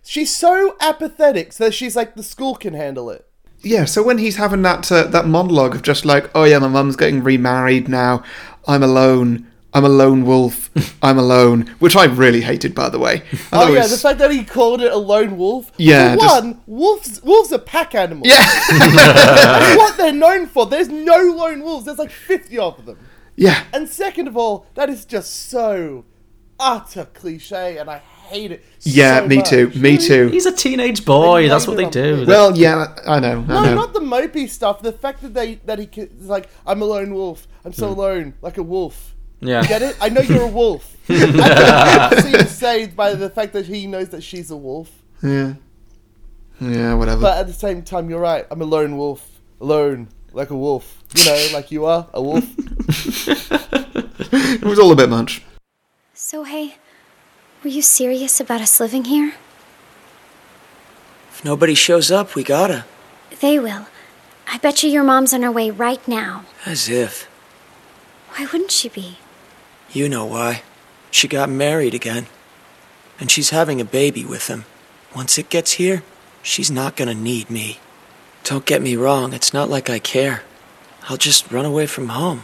she's so apathetic so she's like, the school can handle it. Yeah, so when he's having that uh, that monologue of just like, oh yeah, my mum's getting remarried now, I'm alone, I'm a lone <laughs> wolf, I'm alone, which I really hated, by the <laughs> way. I Oh thought it yeah, was- the fact that he called it a lone wolf. Yeah, for just- one, wolves wolves are pack animals. <laughs> yeah, That's what they're known for. There's no lone wolves. There's like fifty of them. yeah, And second of all, that is just so utter cliche, and I hate it. yeah. so me much. too, me too. He's a teenage boy. That's what they laid it on do. me. Well, yeah, I know, I No, know. not the mopey stuff. The fact that they that he ca- is like, I'm a lone wolf. I'm so alone, like a wolf. Yeah. Get it? I know you're a wolf. <laughs> I think seems saved by the fact that he knows that she's a wolf. yeah, yeah, whatever. But at the same time, you're right. I'm a lone wolf. Alone, like a wolf. You know, like you are <laughs> a wolf. It was all a bit much. So, hey, Were you serious about us living here? If nobody shows up, we gotta. They will. I bet you your mom's on her way right now. As if. Why wouldn't she be? You know why. She got married again. And she's having a baby with him. Once it gets here, she's not gonna need me. Don't get me wrong, it's not like I care. I'll just run away from home.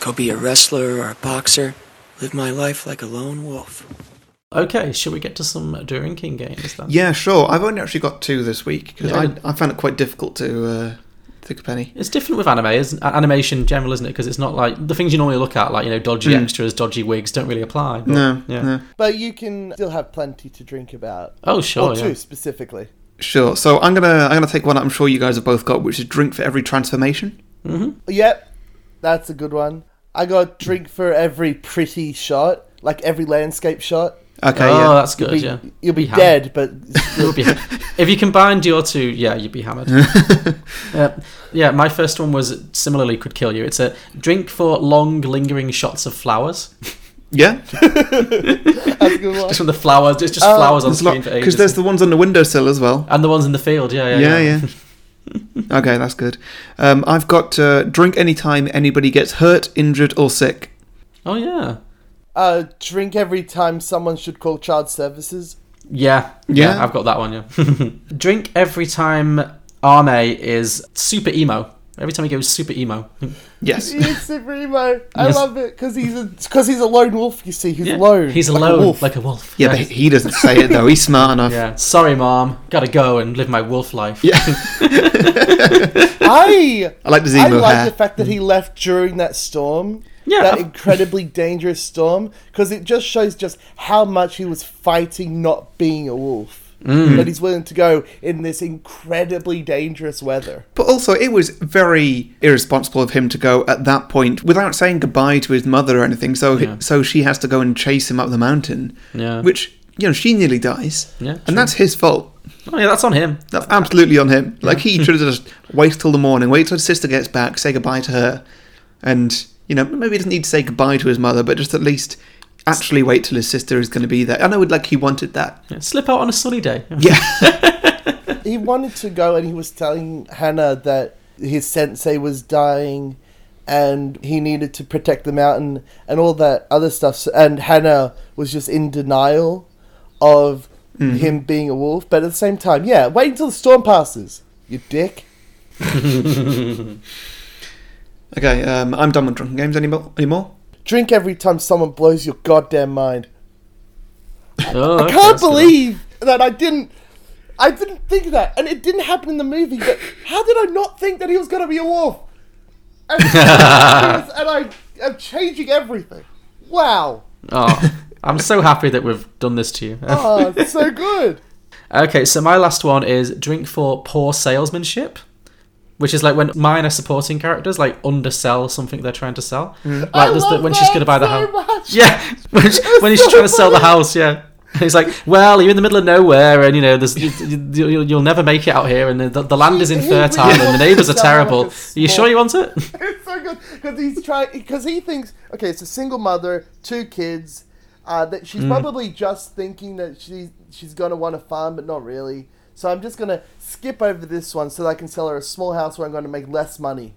Go be a wrestler or a boxer. Live my life like a lone wolf. Okay, shall we get to some drinking games then? Yeah, sure. I've only actually got two this week because Yeah. I, I found it quite difficult to uh, think of any. It's different with anime, isn't animation in general, isn't it? Because it's not like the things you normally look at, like you know, dodgy extras, dodgy wigs, don't really apply. but- Hmm. No, yeah. no. But you can still have plenty to drink about. Oh, sure, or yeah. two specifically. Sure. So I'm gonna I'm gonna take one. I'm sure you guys have both got, which is drink for every transformation. Yep, that's a good one. I got drink for every pretty shot, like every landscape shot. Okay. oh, yeah. that's good. Be- yeah, You'll be, hammered. dead, but You'll be- if you combined your two, yeah, you'd <laughs> be hammered. yeah, yeah, my first one was similarly could kill you. It's a drink for long lingering shots of flowers. <laughs> Yeah. that's a good one. Just from the flowers, it's Oh, just flowers on There's a lot screen for ages. because there's the ones on the windowsill as well. and the ones in the field. Yeah, yeah, Yeah, yeah. <laughs> okay, that's good. Um, I've got uh, drink anytime anybody gets hurt, injured, or sick. Oh yeah, Uh, drink every time someone should call child services. yeah, yeah, Yeah. I've got that one. Yeah. <laughs> drink every time Arme is super emo. Every time he goes super emo. <laughs> Yes. He's super emo. I Yes. love it because he's because he's a lone wolf. You see, he's alone. He's like alone, A wolf. like a wolf. Yeah, but he doesn't say it though. He's smart enough. yeah. Sorry, mom. Gotta go and live my wolf life. <laughs> I I like the I Zemo like hair. the fact that he left during that storm. Yeah. That incredibly dangerous storm because it just shows just how much he was fighting not being a wolf. That he's willing to go in this incredibly dangerous weather. but also, it was very irresponsible of him to go at that point without saying goodbye to his mother or anything. So, Yeah. so she has to go and chase him up the mountain. Yeah. Which you know she nearly dies. Yeah, true. And that's his fault. Oh yeah, that's on him. That's absolutely on him. Like he should have <laughs> just wait till the morning, wait till his sister gets back, say goodbye to her, and you know maybe he doesn't need to say goodbye to his mother, but just at least actually wait till his sister is going to be there. I know, like he wanted that. Yeah, Slip out on a sunny day. he wanted to go and he was telling Hannah that his sensei was dying and he needed to protect the mountain and all that other stuff. So- And Hannah was just in denial of him being a wolf. But at the same time, yeah, wait until the storm passes, you dick. <laughs> Okay, um, I'm done with drunken games anymore. Anymore? Drink every time someone blows your goddamn mind. Oh, okay, I can't that's good. believe that I didn't. I didn't think of that, and it didn't happen in the movie. But how did I not think that he was going to be a wolf? And, <laughs> and I am changing everything. Wow. Oh, I'm so happy that we've done this to you. Oh, it's so good. okay, so my last one is drink for poor salesmanship, which is like when minor supporting characters like undersell something they're trying to sell. Like Mm. I there's the- love when she's that going to buy the so house. much. Yeah, <laughs> when, she- when he's so trying to sell the funny. house. Yeah. <laughs> And he's like, well, you're in the middle of nowhere, and you know, there's, you, you, you'll- you'll never make it out here, and the, the land is He- he infertile, really and the wants neighbours <laughs> to are sound like a terrible. Are you sure small- you want <laughs> it? <laughs> It's so good because he's trying because he thinks okay, it's a single mother, two kids. Uh, that she's probably just thinking that she she's gonna want a farm, but not really. So I'm just gonna skip over this one so that I can sell her a small house where I'm gonna make less money.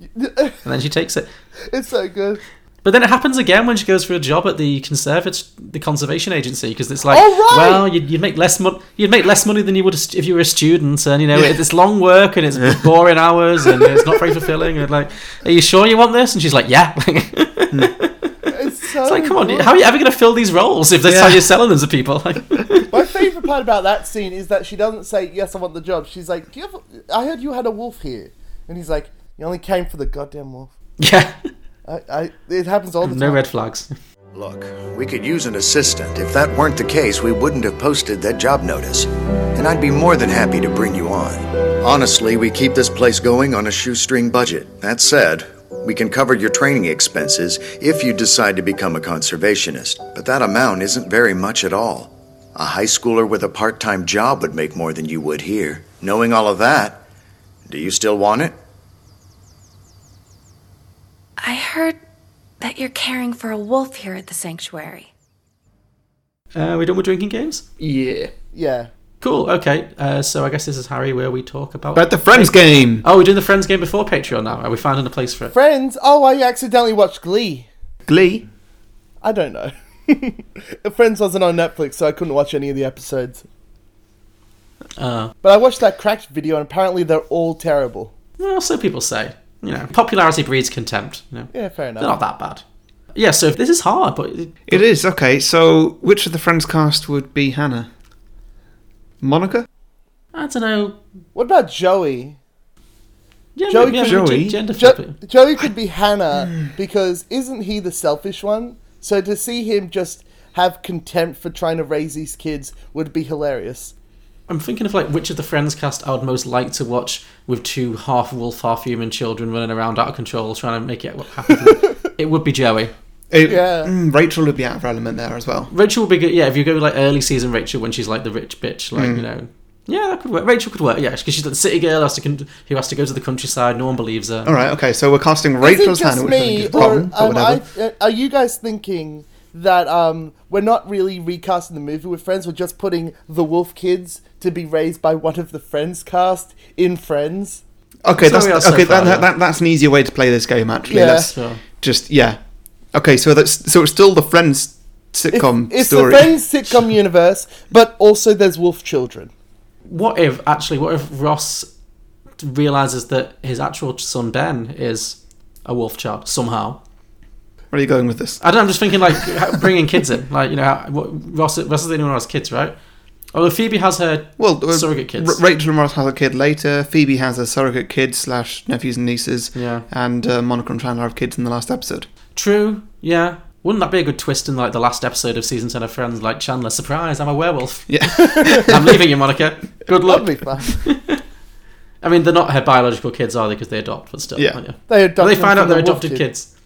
And then she takes it. it's so good. But then it happens again when she goes for a job at the conservat- the conservation agency because it's like, Oh, right! well, you'd, you'd make less money, you'd make less money than you would a st- if you were a student, and you know it's long work and it's boring hours and it's not very fulfilling. And like, are you sure you want this? And she's like, yeah. <laughs> it's It's so like, come on, good. how are you ever going to fill these roles if that's how Yeah. you're selling them to people? <laughs> Like, My favorite part about that scene is that she doesn't say yes, I want the job. She's like, Do you have? I heard you had a wolf here, and he's like, you only came for the goddamn wolf. yeah, I, I it happens all the no time. red flags. Look, we could use an assistant. If that weren't the case, we wouldn't have posted that job notice. And I'd be more than happy to bring you on. Honestly, we keep this place going on a shoestring budget. That said, we can cover your training expenses if you decide to become a conservationist, but that amount isn't very much at all. A high schooler with a part time job would make more than you would here. Knowing all of that, do you still want it? I heard that you're caring for a wolf here at the sanctuary. Uh, we done with drinking games? Yeah. Yeah. Cool. Okay. Uh, so I guess this is Harry, where we talk about. But the Friends game. oh, we're doing the Friends game before Patreon now. Are we finding a place for it? Friends. Oh, I accidentally watched Glee. Glee. I don't know. <laughs> Friends wasn't on Netflix, so I couldn't watch any of the episodes. Uh, But I watched that Cracked video, and apparently they're all terrible. well, so people say. You know, popularity breeds contempt. You know, Yeah, fair they're not enough. that bad. Yeah. So this is hard, but it- It is okay. So, which of the Friends cast would be Hannah? Monica. I don't know. What about Joey? Yeah, Joey- maybe, yeah, Joey? gen- gender Jo- flipping. Joey could be Hannah because isn't he the selfish one? So to see him just have contempt for trying to raise these kids would be hilarious. I'm thinking of like which of the Friends cast I would most like to watch with two half wolf, half human children running around out of control trying to make it happen. to <laughs> them. it would be Joey. It- Yeah. mm, Rachel would be out of her element there as well. Rachel would be good. Yeah, if you go like early season Rachel when she's like the rich bitch, like Mm. you know, yeah, that could work. Rachel could work. Yeah, because she's the city girl has to con- who has to go to the countryside. No one believes Oh, her. All right. Okay. So we're casting Is Rachel it as Hannah, just which I think me, is wrong, or but am I, uh, whatever. are you guys thinking that um, we're not really recasting the movie with Friends? We're just putting the Wolf Kids to be raised by one of the Friends cast in Friends. Okay. So we are that's so okay. far, that, yeah. that, that, that's an easier way to play this game. Actually, Yeah. Let's So just yeah. Okay. So that's so it's still the Friends sitcom it's story. the Friends sitcom universe, but also there's Wolf Children. what if actually? What if Ross realizes that his actual son Ben is a wolf child somehow? Where are you going with this? I don't. know, I'm just thinking like <laughs> how- bringing kids in, like you know, how- what, Ross. Ross is the only one who has kids, right? Although Phoebe has her Well, uh, surrogate kids. R- Rachel and Ross has a kid later. Phoebe has a surrogate kid slash nephews and nieces. Yeah. And uh, Monica and Chandler have kids in the last episode. True. Yeah. Wouldn't that be a good twist in like the last episode of season ten of Friends? Like Chandler, surprise, I'm a werewolf. Yeah. <laughs> I'm leaving you, Monica. Good That'd luck. be fun. I mean, they're not her biological kids, are they? Because they adopt, but still. Yeah. aren't you? They But adopt. they them find from out they're the Wolf adopted Kid. kids.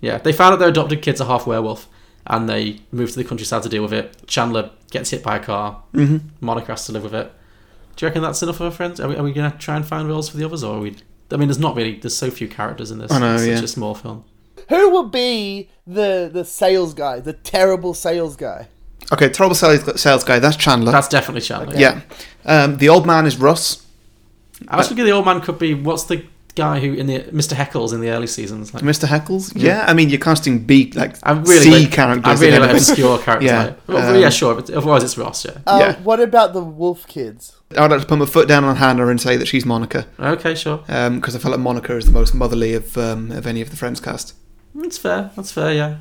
Yeah, they found out their adopted kids are half werewolf, and they move to the countryside to deal with it. Chandler gets hit by a car. Mm-hmm. Monica has to live with it. Do you reckon that's enough of a friends? Are we, are we gonna try and find roles for the others, or are we? I mean, there's not really. There's so few characters in this. I know, It's yeah. such a small film. Who will be the the sales guy, the terrible sales guy? Okay, terrible sales, sales guy. That's Chandler. That's definitely Chandler. yeah. Um, the old man is Ross. I was thinking the old man could be what's the guy who in the Mr. Heckles in the early seasons. Like, Mr. Heckles. Yeah. I mean, you're casting B like I really C like, characters. I really in like anything. obscure <laughs> characters. Yeah, Yeah, like, well, um, yeah, sure. But otherwise, it's Ross. Yeah. Uh, Yeah. What about the Wolf Kids? I would like to put my foot down on Hannah and say that she's Monica Okay, sure. because I feel like Monica is the most motherly of um, of any of the Friends cast. That's fair. That's fair. Yeah.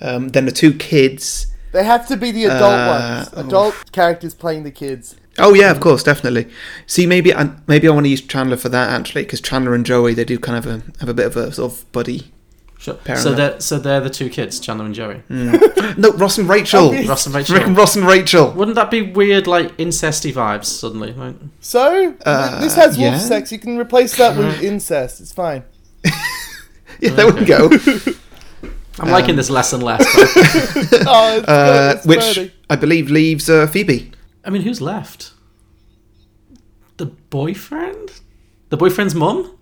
Um, then the two kids. They have to be the adult Uh, ones, adult characters playing the kids. Oh yeah, of course, definitely. See, maybe I maybe I want to use Chandler for that actually, because Chandler and Joey they do kind of a, have a bit of a sort of buddy. Sure. Fair so enough. they're so they're the two kids, Chandler and Joey. No, Ross and Rachel. Oh, Ross and Rachel. Freaking <laughs> Ross and Rachel. Wouldn't that be weird, like incesty vibes suddenly? Like, So th- this has wolf Uh, yeah. sex. You can replace <laughs> that with incest. It's fine. Yeah, there we go. <laughs> I'm liking this less and less. but- Oh, <laughs> it's, Uh, it's which flirty. I believe leaves uh, Phoebe. I mean, who's left? The boyfriend? The boyfriend's mum?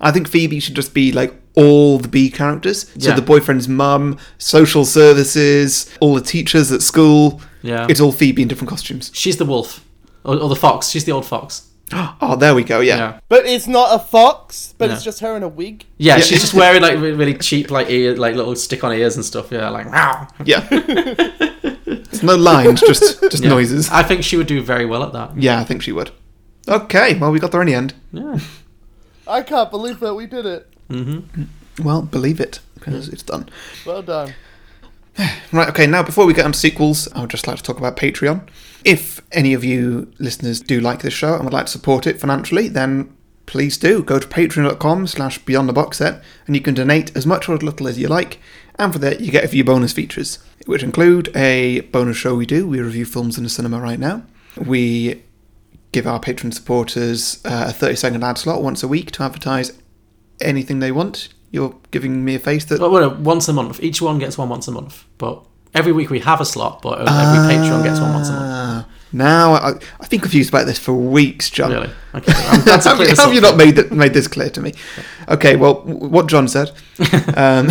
I think Phoebe should just be like all the B characters. So Yeah. the boyfriend's mum, social services, all the teachers at school. Yeah. It's all Phoebe in different <gasps> costumes. She's the wolf, or, or the fox. She's the old fox. Oh, there we go. Yeah. Yeah. But it's not a fox. But it's No. just her in a wig. Yeah, she's just wearing like re- really cheap, like ear, like little stick-on ears and stuff. Yeah, like wow. Yeah. it's no lines, <laughs> just just Yeah. noises. I think she would do very well at that. Yeah, I think she would. Okay, well, we got there in the end. Yeah, I can't believe that we did it. Well, believe it, because it's done. Well done. Right, okay, now before we get on to sequels, I would just like to talk about Patreon. If any of you listeners do like this show and would like to support it financially, then please do. Go to patreon.com slash beyond the box set and you can donate as much or as little as you like. And for that, you get a few bonus features, which include a bonus show we do. We review films in the cinema right now. We give our patron supporters uh, a 30 second ad slot once a week to advertise anything they want. You're giving me a face that but well, once a month. Each one gets one once a month, but every week we have a slot, but every Patreon gets one once a month. Ah, now I, I've been confused about this for weeks, John. Really? Okay. <laughs> I'm <laughs> glad to have, clear you- this have up. you not made it, made this clear to me? <laughs> <laughs> Okay, well, w- what John said, um,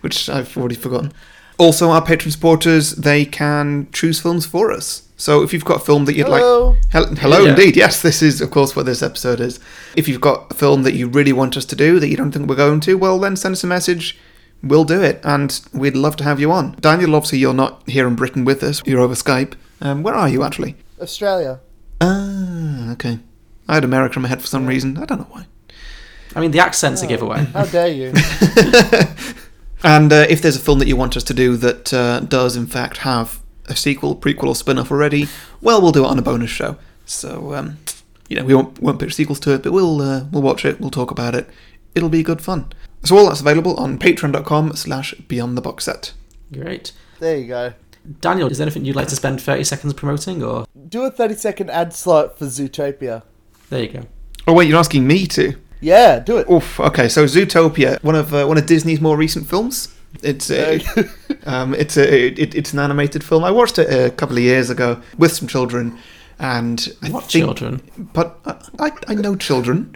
which I've already forgotten. Also, our patron supporters they can choose films for us. So if you've got a film that you'd Hello. like, Hel- hello Yeah. indeed, yes, this is of course what this episode is. If you've got a film that you really want us to do that you don't think we're going to, well then send us a message. We'll do it, and we'd love to have you on. Daniel, obviously you're not here in Britain with us. You're over Skype. Um, where are you actually? Australia. Ah, okay. I had America in my head for some reason. I don't know why. I mean, the accent's <laughs> a giveaway. How dare you? And uh, if there's a film that you want us to do that uh, does, in fact, have a sequel, prequel, or spin off already, well, we'll do it on a bonus show. So, um, you know, we won't, won't pitch sequels to it, but we'll uh, we'll watch it, we'll talk about it. It'll be good fun. So all that's available on patreon.com slash beyond the box set. Great. there you go. Daniel, is there anything you'd like to spend 30 seconds promoting? Or Do a 30 second ad slot for Zootopia. there you go. Oh, wait, you're asking me to? Yeah, do it. Oof, okay, so Zootopia, one of uh, one of Disney's more recent films. It's a, <laughs> um, it's a it, it's an animated film. I watched it a couple of years ago with some children, and I What think- children? But uh, I, I I know children.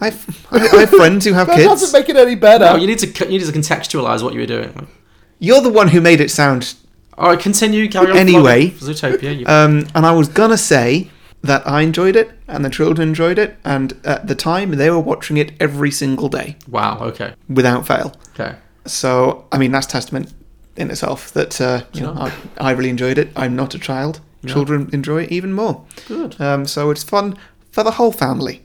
I've I, I have friends who have That kids. doesn't make it any better. No, Oh, you need to you need to contextualize what you were doing. You're the one who made it sound All right, continue. Carry on. Anyway. Follow Zootopia. You, Um, and I was gonna say that I enjoyed it and the children enjoyed it, and at the time they were watching it every single day wow. Okay. without fail. Okay. So, I mean, that's testament in itself that uh, you know I, I really enjoyed it. I'm not a child; children enjoy it even more. Good. Um, so it's fun for the whole family.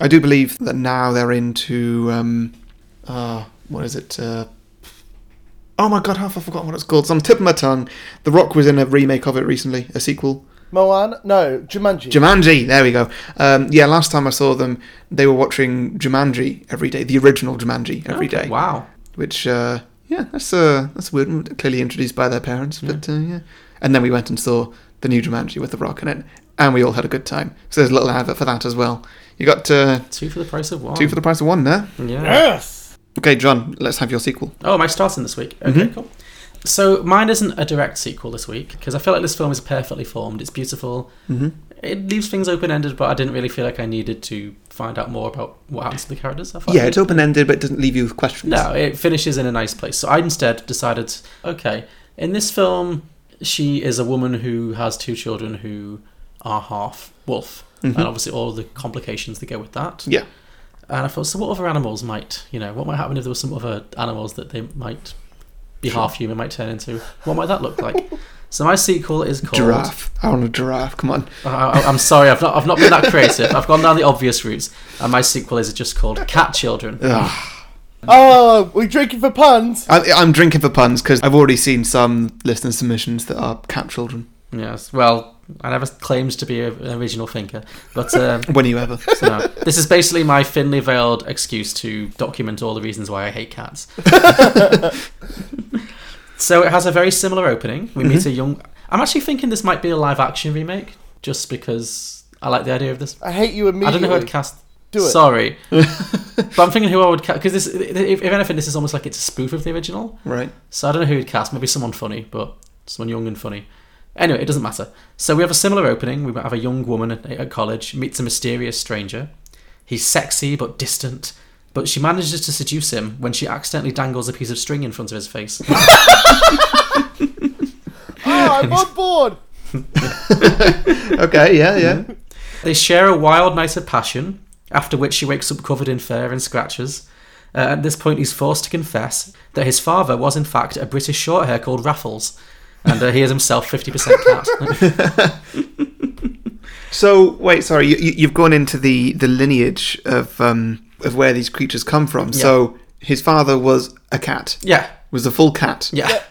I do believe that now they're into um, uh, what is it? Uh, oh my god, half I forgot what it's called. It's on the tip of my tongue. The Rock was in a remake of it recently, a sequel. Moana? No, Jumanji. Jumanji. There we go. Um, yeah, last time I saw them, they were watching Jumanji every day, the original Jumanji every day Okay, Wow. which uh, yeah, that's uh, that's weird. and Clearly introduced by their parents, but uh, yeah. And then we went and saw the new Jumanji with the Rock in it, and we all had a good time. So there's a little advert for that as well. You got uh, Two for the price of one. two for the price of one there. Yeah. Okay, John, let's have your sequel. Oh, am I starting this week? Okay, Mm-hmm. cool. So mine isn't a direct sequel this week because I feel like this film is perfectly formed. It's beautiful. Mm-hmm. It leaves things open ended, but I didn't really feel like I needed to find out more about what happens to the characters. I thought Yeah, it's open ended, but it doesn't leave you with questions. no, it finishes in a nice place. So I instead decided, okay, in this film, she is a woman who has two children who are half wolf, Mm-hmm. and obviously all the complications that go with that. Yeah. And I thought, so what other animals might, you know, what might happen if there was some other animals that they might be half human, might turn into? What might that look like? so my sequel is called. Giraffe. I want a giraffe. Come on. I, I, I'm sorry, I've not, I've not been that creative. I've gone down the obvious routes, and my sequel is just called Cat Children. Ugh. Oh, we drinking for puns. I, I'm drinking for puns because I've already seen some listener submissions that are cat children. Yes, well, I never claimed to be a, an original thinker, but um, When you <laughs> ever. so no. this is basically my thinly veiled excuse to document all the reasons why I hate <laughs> cats. so it has a very similar opening. We meet a young. I'm actually thinking this might be a live action remake, just because I like the idea of this. I hate you I immediately. don't know who I'd cast. Do it. <laughs> Sorry, but I'm thinking who I would cast because this, if, if anything, this is almost like it's a spoof of the original. right. So I don't know who would cast. Maybe someone funny, but someone young and funny. Anyway, it doesn't matter. So we have a similar opening. We have a young woman at, at college meets a mysterious stranger. He's sexy but distant, but she manages to seduce him when she accidentally dangles a piece of string in front of his face. Oh, I'm <laughs> on board. Okay, yeah, yeah. They share a wild night of passion, after which she wakes up covered in fur and scratches. Uh, at this point, he's forced to confess that his father was, in fact, a British shorthair called Raffles, and uh, he is himself 50% cat. So wait, sorry, you, you- you've gone into the the lineage of um, of where these creatures come from. So his father was a cat, yeah, was a full cat, yeah.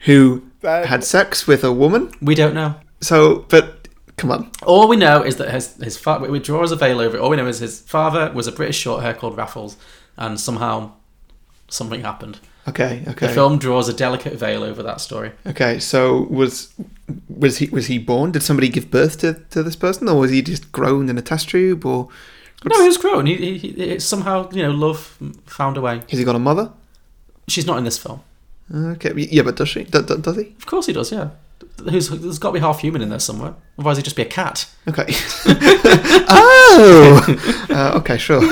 who That- had sex with a woman. We don't know. So, but come on, All we know is that his his fa- we draw as a veil over it. All we know is his father was a British shorthair called Raffles, and somehow something happened. okay, The okay, film draws a delicate veil over that story. okay. So was was he was he born? Did somebody give birth to, to this person, or was he just grown in a test tube? Or No, he was grown. He, he, he it somehow you know love found a way. has he got a mother? She's not in this film. Okay, yeah, but does she? Do, do- does he? Of course he does. Yeah, Who's, there's got to be half human in there somewhere. Otherwise he'd just be a cat. <laughs> Okay. oh, <laughs> uh, okay, sure.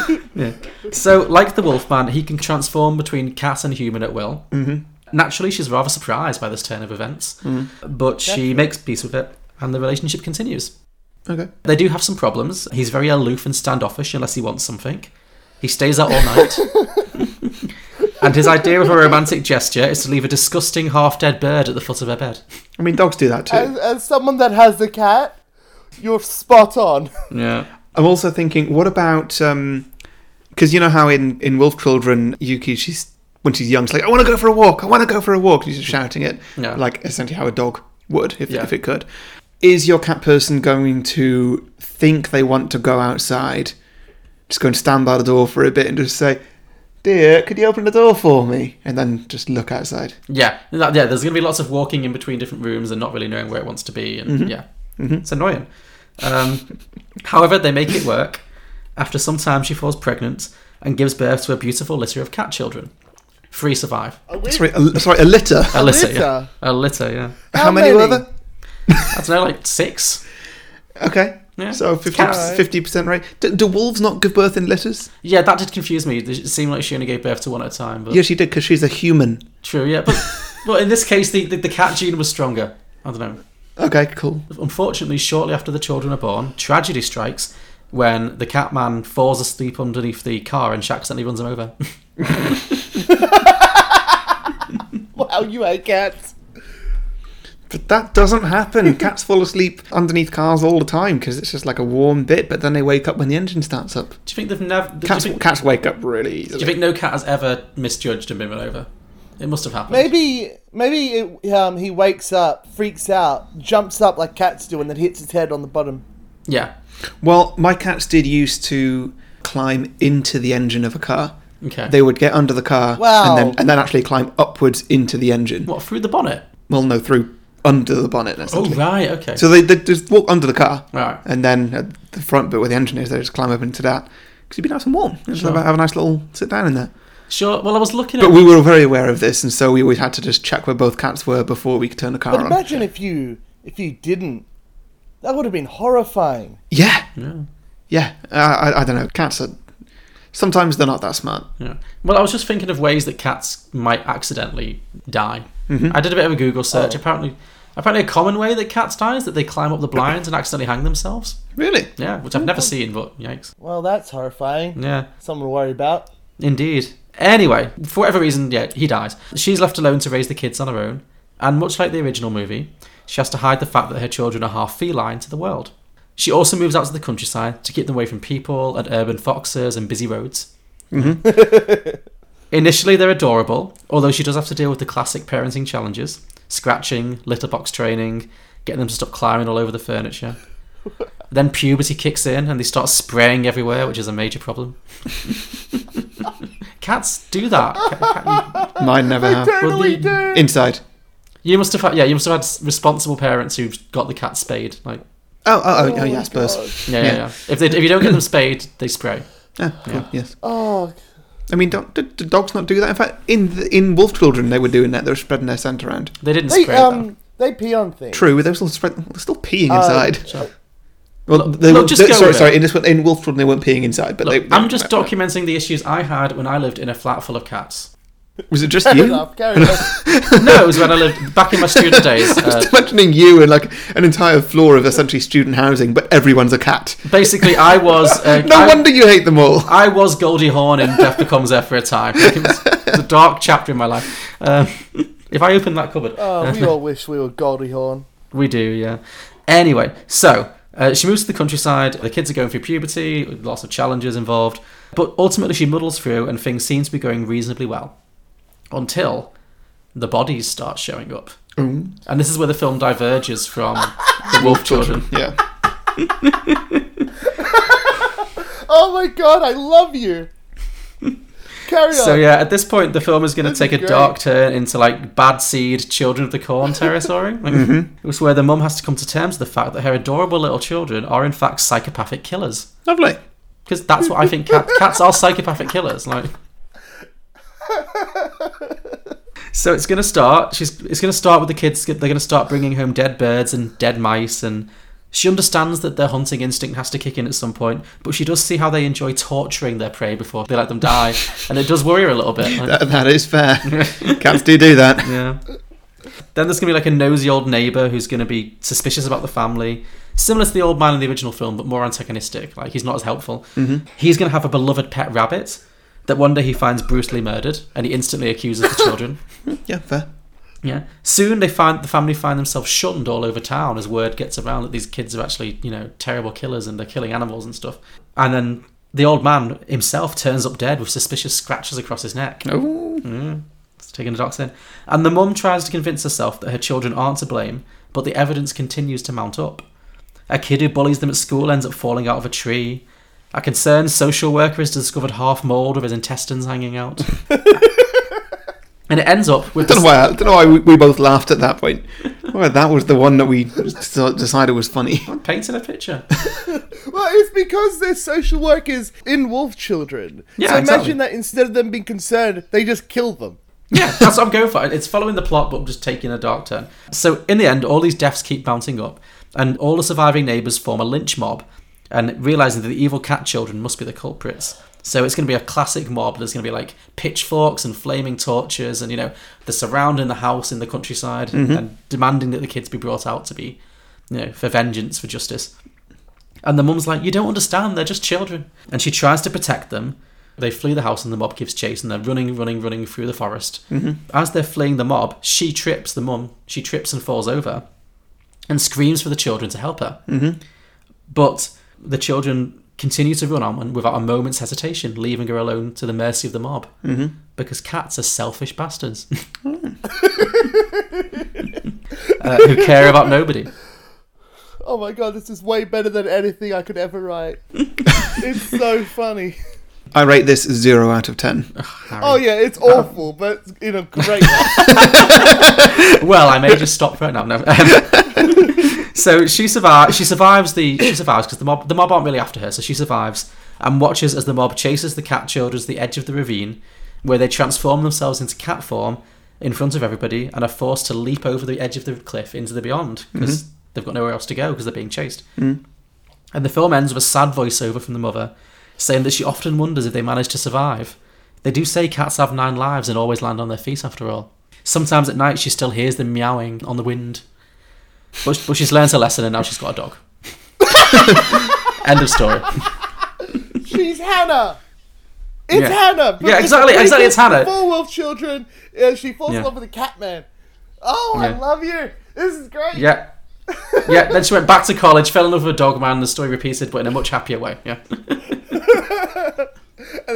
So like the Wolfman, he can transform between cat and human at will. Mm-hmm. Naturally, she's rather surprised by this turn of events, but she makes peace with it, and the relationship continues. Okay. They do have some problems. He's very aloof and standoffish unless he wants something. He stays out all <laughs> night. and his idea of a romantic gesture is to leave a disgusting half dead bird at the foot of her bed. I mean, dogs do that too. As, as someone that has a cat, you're spot on. <laughs> Yeah. I'm also thinking, what about because you know how in in Wolf Children, Yuki she's when she's young, she's like, I want to go for a walk, I want to go for a walk. She's just shouting it, Yeah. like essentially how a dog would if Yeah. if it could. Is your cat person going to think they want to go outside? Just going to stand by the door for a bit and just say, "Dear, could you open the door for me?" And then just look outside. Yeah. That- yeah, there's going to be lots of walking in between different rooms and not really knowing where it wants to be. And yeah, it's annoying. Um, however, they make it work. After some time, she falls pregnant and gives birth to a beautiful litter of cat children. Three survive. Sorry, a, sorry, a litter. A litter, yeah. litter? A litter, yeah. How many were there? I don't know, like six? Okay. Yeah. So Cats. 50 percent rate. Do, do wolves not give birth in litters? Yeah, that did confuse me. It seemed like she only gave birth to one at a time. But Yeah, she did because she's a human. True, yeah. But, but in this case, the, the, the cat gene was stronger. I don't know. Okay, cool. Unfortunately, shortly after the children are born, tragedy strikes when the cat man falls asleep underneath the car and she accidentally runs him over. <laughs> Wow, you hate cats. But that doesn't <laughs> happen. Cats fall asleep underneath cars all the time because it's just like a warm bit, but then they wake up when the engine starts up. do you think they've never. Do you, Cats, think, cats wake up really do you easily. think no cat has ever misjudged and been run over? It must have happened. Maybe, maybe it, um, he wakes up, freaks out, jumps up like cats do, and then hits his head on the bottom. Yeah. Well, my cats did used to climb into the engine of a car. Okay. They would get under the car Wow. and then and then actually climb upwards into the engine. what, through the bonnet? Well, no, through under the bonnet. Oh, essentially. right, okay. So they, they just walk under the car, Right. and then at the front bit where the engine is, they just climb up into that because it'd be nice and warm. Just Sure. have, a, have a nice little sit down in there. sure, well, I was looking at. But we were very aware of this, and so we always had to just check where both cats were before we could turn the car But Oh, on. imagine if you if you didn't. That would have been horrifying. Yeah, Yeah. yeah. Uh, I, I don't know. Cats are sometimes they're not that smart. Yeah. Well, I was just thinking of ways that cats might accidentally die. I did a bit of a Google search. Apparently, apparently, a common way that cats die is that they climb up the blinds and accidentally hang themselves. Really? Yeah, which I've never seen, but yikes. Well, that's horrifying. Yeah, Something to worry about. indeed. Anyway, for whatever reason, yeah, he dies. She's left alone to raise the kids on her own, and much like the original movie, she has to hide the fact that her children are half feline to the world. She also moves out to the countryside to keep them away from people and urban foxes and busy roads. <laughs> Initially, they're adorable, although she does have to deal with the classic parenting challenges scratching, litter box training, getting them to stop climbing all over the furniture. then puberty kicks in and they start spraying everywhere, which is a major problem. Cats do that. Ca- ca- Oh, Mine never have. well, the- Inside. you must have had, yeah, you must have had s- responsible parents who got the cat spayed. Like, Oh, oh, oh, oh yeah, I suppose. yeah, yeah, Yeah. yeah. If, they, if you don't get them spayed, they spray. Ah, cool, Yes. Oh, I mean, don't, do, do dogs not do that? In fact, in the, in Wolf Children, they were doing that. They were spreading their scent around. They didn't they spray them. um they pee on things. True, they were still spread, they were still Oh, peeing inside. well, Look- they look, were, just they- go sorry, with it. sorry. In this one, in Wolf Children, they weren't peeing inside, but Look, they. uh, I'm just documenting the issues I had when I lived in a flat full of cats. Was it just <laughs> Fair you? enough. <laughs> Carry on. No, it was when I lived back in my student days. I'm Uh, just <laughs> imagining you and like an entire floor of essentially student housing, but everyone's a cat. basically, I was uh, No I, wonder you hate them all. <laughs> I was Goldie Hawn in Death Becomes Her for a time. It was, it was a dark chapter in my life. Um, if I open that cupboard, Oh, <laughs> we all wish we were Goldie Hawn. we do, yeah. Anyway, so uh, she moves to the countryside. The kids are going through puberty, with lots of challenges involved, but ultimately she muddles through, and things seem to be going reasonably well until the bodies start showing up. And this is where the film diverges <laughs> from the Wolf Children. Yeah. Oh my god, I <laughs> love you. Carry on. So yeah, at this point, the film is going to That'd take be a great. dark turn into like bad seed children of the corn <laughs> territory. Like, It was where the mum has to come to terms with the fact that her adorable little children are in fact psychopathic killers. Lovely. Because that's what I think cat, cats are psychopathic killers. Like. So it's gonna start. She's. It's gonna start with the kids. They're gonna start bringing home dead birds and dead mice, and She understands that their hunting instinct has to kick in at some point, but she does see how they enjoy torturing their prey before they let them die, and it does worry her a little bit. Like, That- that is <laughs> fair. Cats do do that. yeah. Then there's gonna be like a nosy old neighbor who's gonna be suspicious about the family, similar to the old man in the original film, but more antagonistic. Like he's not as helpful. Mm-hmm. He's gonna have a beloved pet rabbit that one day he finds brutally murdered, and he instantly accuses the children. Yeah, fair. Yeah. Soon they find the family find themselves shunned all over town as word gets around that these kids are actually, you know, terrible killers and they're killing animals and stuff. And then the old man himself turns up dead with suspicious scratches across his neck. Mm. Ooh. It's taking the doctor in. And the mum tries to convince herself that her children aren't to blame, but the evidence continues to mount up. A kid who bullies them at school ends up falling out of a tree. A concerned social worker has discovered half mould of his intestines <laughs> hanging out. and it ends up with Don't know this- why. I don't know why we, we both laughed at that point. Well, that was the one that we sort of decided was funny. painting a picture. <laughs> Well, it's because they're social workers in wolf children. Yeah, so imagine exactly. that instead of them being concerned, they just kill them. Yeah, that's what I'm going for. It's following the plot, but just taking a dark turn. So in the end, all these deaths keep mounting up, and all the surviving neighbours form a lynch mob, and realizing that the evil cat children must be the culprits. So it's going to be a classic mob. There's going to be like pitchforks and flaming torches, and you know the surrounding the house in the countryside and demanding that the kids be brought out to be, you know, for vengeance, for justice. And the mum's like, You don't understand, they're just children. And she tries to protect them. They flee the house and the mob gives chase and they're running, running, running through the forest. As they're fleeing the mob, she trips, the mum, she trips and falls over and screams for the children to help her. But the children continue to run on and without a moment's hesitation, leaving her alone to the mercy of the mob. Mm-hmm. Because cats are selfish bastards <laughs> uh, who care about nobody. Oh my god, this is way better than anything I could ever <laughs> write. it's so funny. I rate this zero out of <laughs> ten. Oh yeah, it's Uh-huh. awful, but in a <laughs> great way. well, I may just stop right now. No. Um, <laughs> so she survives. She survives the. She survives because the mob. The mob aren't really after her, so she survives and watches as the mob chases the cat children to the edge of the ravine, where they transform themselves into cat form in front of everybody and are forced to leap over the edge of the cliff into the beyond because they've got nowhere else to go because they're being chased. And the film ends with a sad voiceover from the mother saying that she often wonders if they manage to survive. They do say cats have nine lives and always land on their feet after all. Sometimes at night she still hears them meowing on the wind. But, but she's learned her lesson and now she's got a dog. <laughs> End of story. She's Hannah. It's Yeah. Hannah. but Yeah, exactly, a exactly, it's prequel to Hannah. Four wolf children. Yeah, she falls Yeah. in love with a cat man. Oh, I Yeah. love you. This is great. Yeah. <laughs> Yeah, then she went back to college, fell in love with a dog man, the story repeated, but in a much happier way. Yeah. And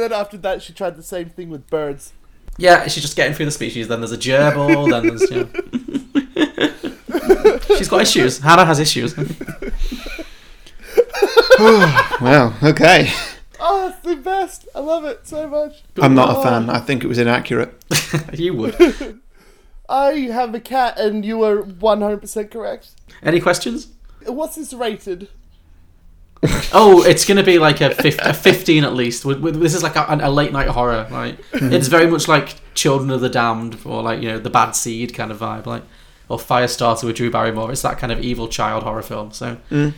then after that, she tried the same thing with birds. Yeah, she's just getting through the species. Then there's a gerbil, then there's. You know. <laughs> she's <laughs> got issues. Hannah has issues. <laughs> Well, okay. Oh, it's Oh, the best. I love it so much. I'm not Oh. a fan. I think it was inaccurate. you would. I have a cat, and you were 100% correct. Any questions? What's this rated? Oh, it's going to be like a, fif- a 15 at least. With- with- This is like a, a late night horror. Like it's very much like Children of the Damned or like you know the Bad Seed kind of vibe, like or Firestarter with Drew Barrymore. It's that kind of evil child horror film. So yeah,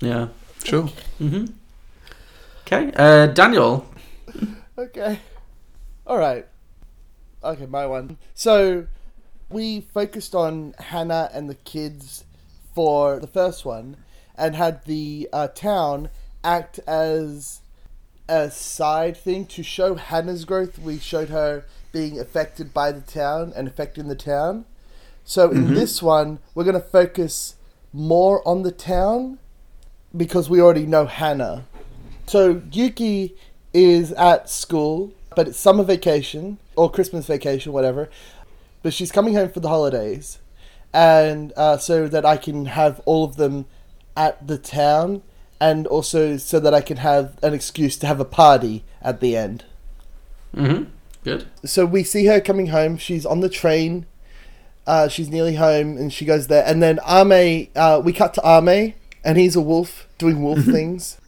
Mm-hmm. Sure. okay. Uh, Daniel, Okay. All right. Okay, my one. So we focused on Hannah and the kids for the first one and had the uh, town act as a side thing to show Hannah's growth. We showed her being affected by the town and affecting the town. So in this one, we're going to focus more on the town because we already know Hannah. So Yuki is at school, but it's summer vacation or Christmas vacation, whatever. But she's coming home for the holidays, and uh, so that I can have all of them at the town, and also so that I can have an excuse to have a party at the end good. so we see her coming home. She's on the train. Uh, she's nearly home, and she goes there. And then Ame, uh, we cut to Ame, and he's a wolf doing wolf things,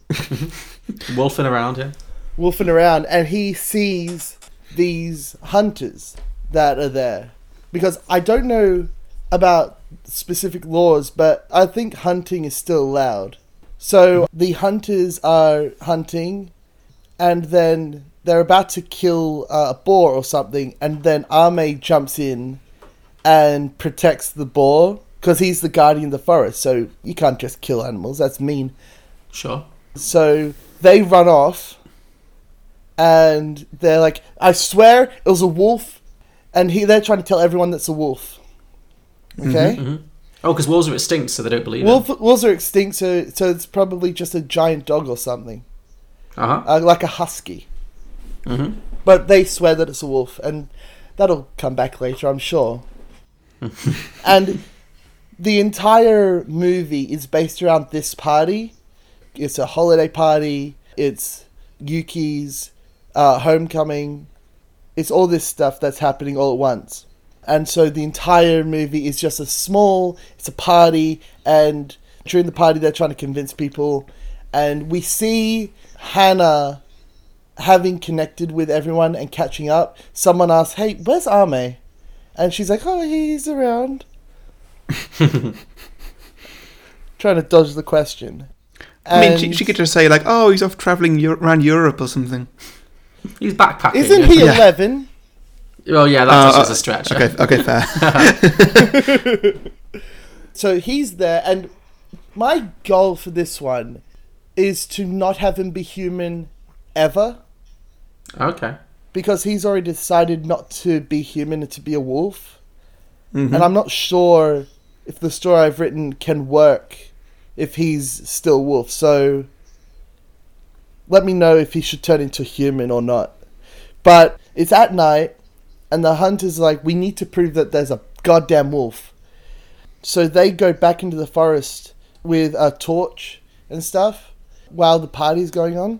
Wolfing around here. wolfing around, and he sees these hunters that are there. Because I don't know about specific laws, but I think hunting is still allowed. So the hunters are hunting, and then they're about to kill uh, a boar or something, and then Ame jumps in and protects the boar because he's the guardian of the forest. So you can't just kill animals; that's mean. Sure. So they run off, and they're like, "I swear it was a wolf," and he they're trying to tell everyone that's a wolf. Okay, Oh, because wolves are extinct, so they don't believe wolf, wolves are extinct, so so it's probably just a giant dog or something, it. Uh-huh. uh, like a husky. Mm-hmm. But they swear that it's a wolf, and that'll come back later, I'm sure. and the entire movie is based around this party. It's a holiday party. It's Yuki's uh, homecoming. It's all this stuff that's happening all at once. And so the entire movie is just a small, it's a party, and during the party, they're trying to convince people. And we see Hannah having connected with everyone and catching up. Someone asks, Hey, where's Ame? And she's like, Oh, <laughs> he's around. trying to dodge the question. I mean, she, And she could just say like, "Oh, he's off traveling Euro- around Europe or <laughs> something." He's backpacking. Isn't isn't he <laughs> Yeah. 11? Well, yeah, Uh, that's uh, a stretch. Okay, okay, fair. So he's there, and my goal for this one is to not have him be human ever <laughs> Okay. because he's already decided not to be human and to be a wolf. And I'm not sure if the story I've written can work if he's still wolf. So let me know if he should turn into human or not. But it's at night, and the hunter's like, we need to prove that there's a goddamn wolf. So they go back into the forest with a torch and stuff while the party's going on.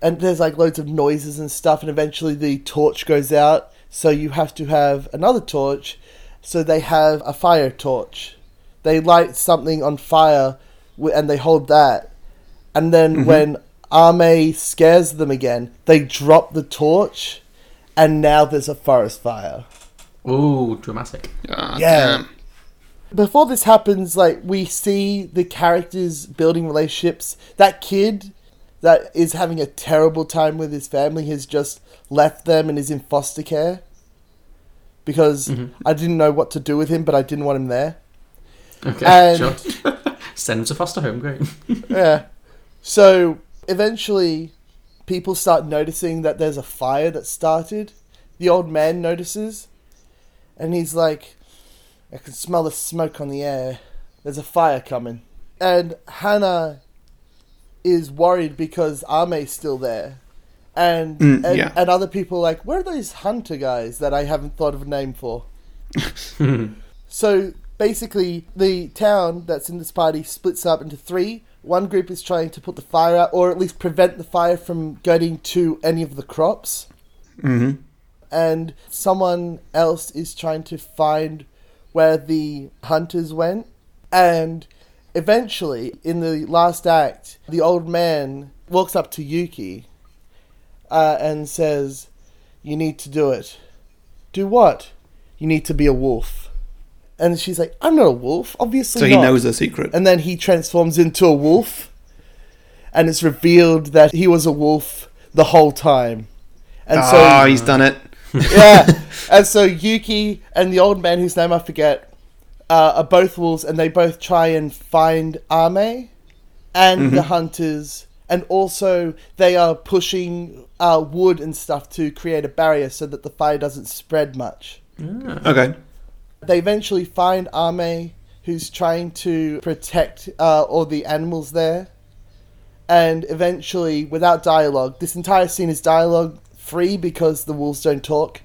And there's like loads of noises and stuff, and eventually the torch goes out. So you have to have another torch. So they have a fire torch. They light something on fire wi- and they hold that. And then when Ame scares them again, they drop the torch, and now there's a forest fire. Ooh, dramatic. Ah, <laughs> Yeah. damn. Before this happens, like we see the characters building relationships. That kid that is having a terrible time with his family has just left them and is in foster care because I didn't know what to do with him, but I didn't want him there. Okay, And- sure. <laughs> Send him to foster home, great. Yeah. So eventually, people start noticing that there's a fire that started. The old man notices, and he's like, I can smell the smoke on the air. There's a fire coming. And Hannah is worried because Ame's still there. And, Mm, and, yeah. and other people are like, where are those hunter guys that I haven't thought of a <laughs> name for? So basically, the town that's in this party splits up into three. One group is trying to put the fire out, or at least prevent the fire from getting to any of the crops. Mm-hmm. And someone else is trying to find where the hunters went. And eventually, in the last act, the old man walks up to Yuki uh, and says, You need to do it. Do what? You need to be a wolf. And she's like, I'm not a wolf, obviously. So he not." knows the secret. And then he transforms into a wolf. And it's revealed that he was a wolf the whole time. And Ah, he's done it. so, yeah. and so Yuki and the old man, whose name I forget, uh, are both wolves. And they both try and find Ame and the hunters. And also, they are pushing uh, wood and stuff to create a barrier so that the fire doesn't spread much. Okay. They eventually find Ame, who's trying to protect uh, all the animals there. And eventually, without dialogue, this entire scene is dialogue free because the wolves don't talk.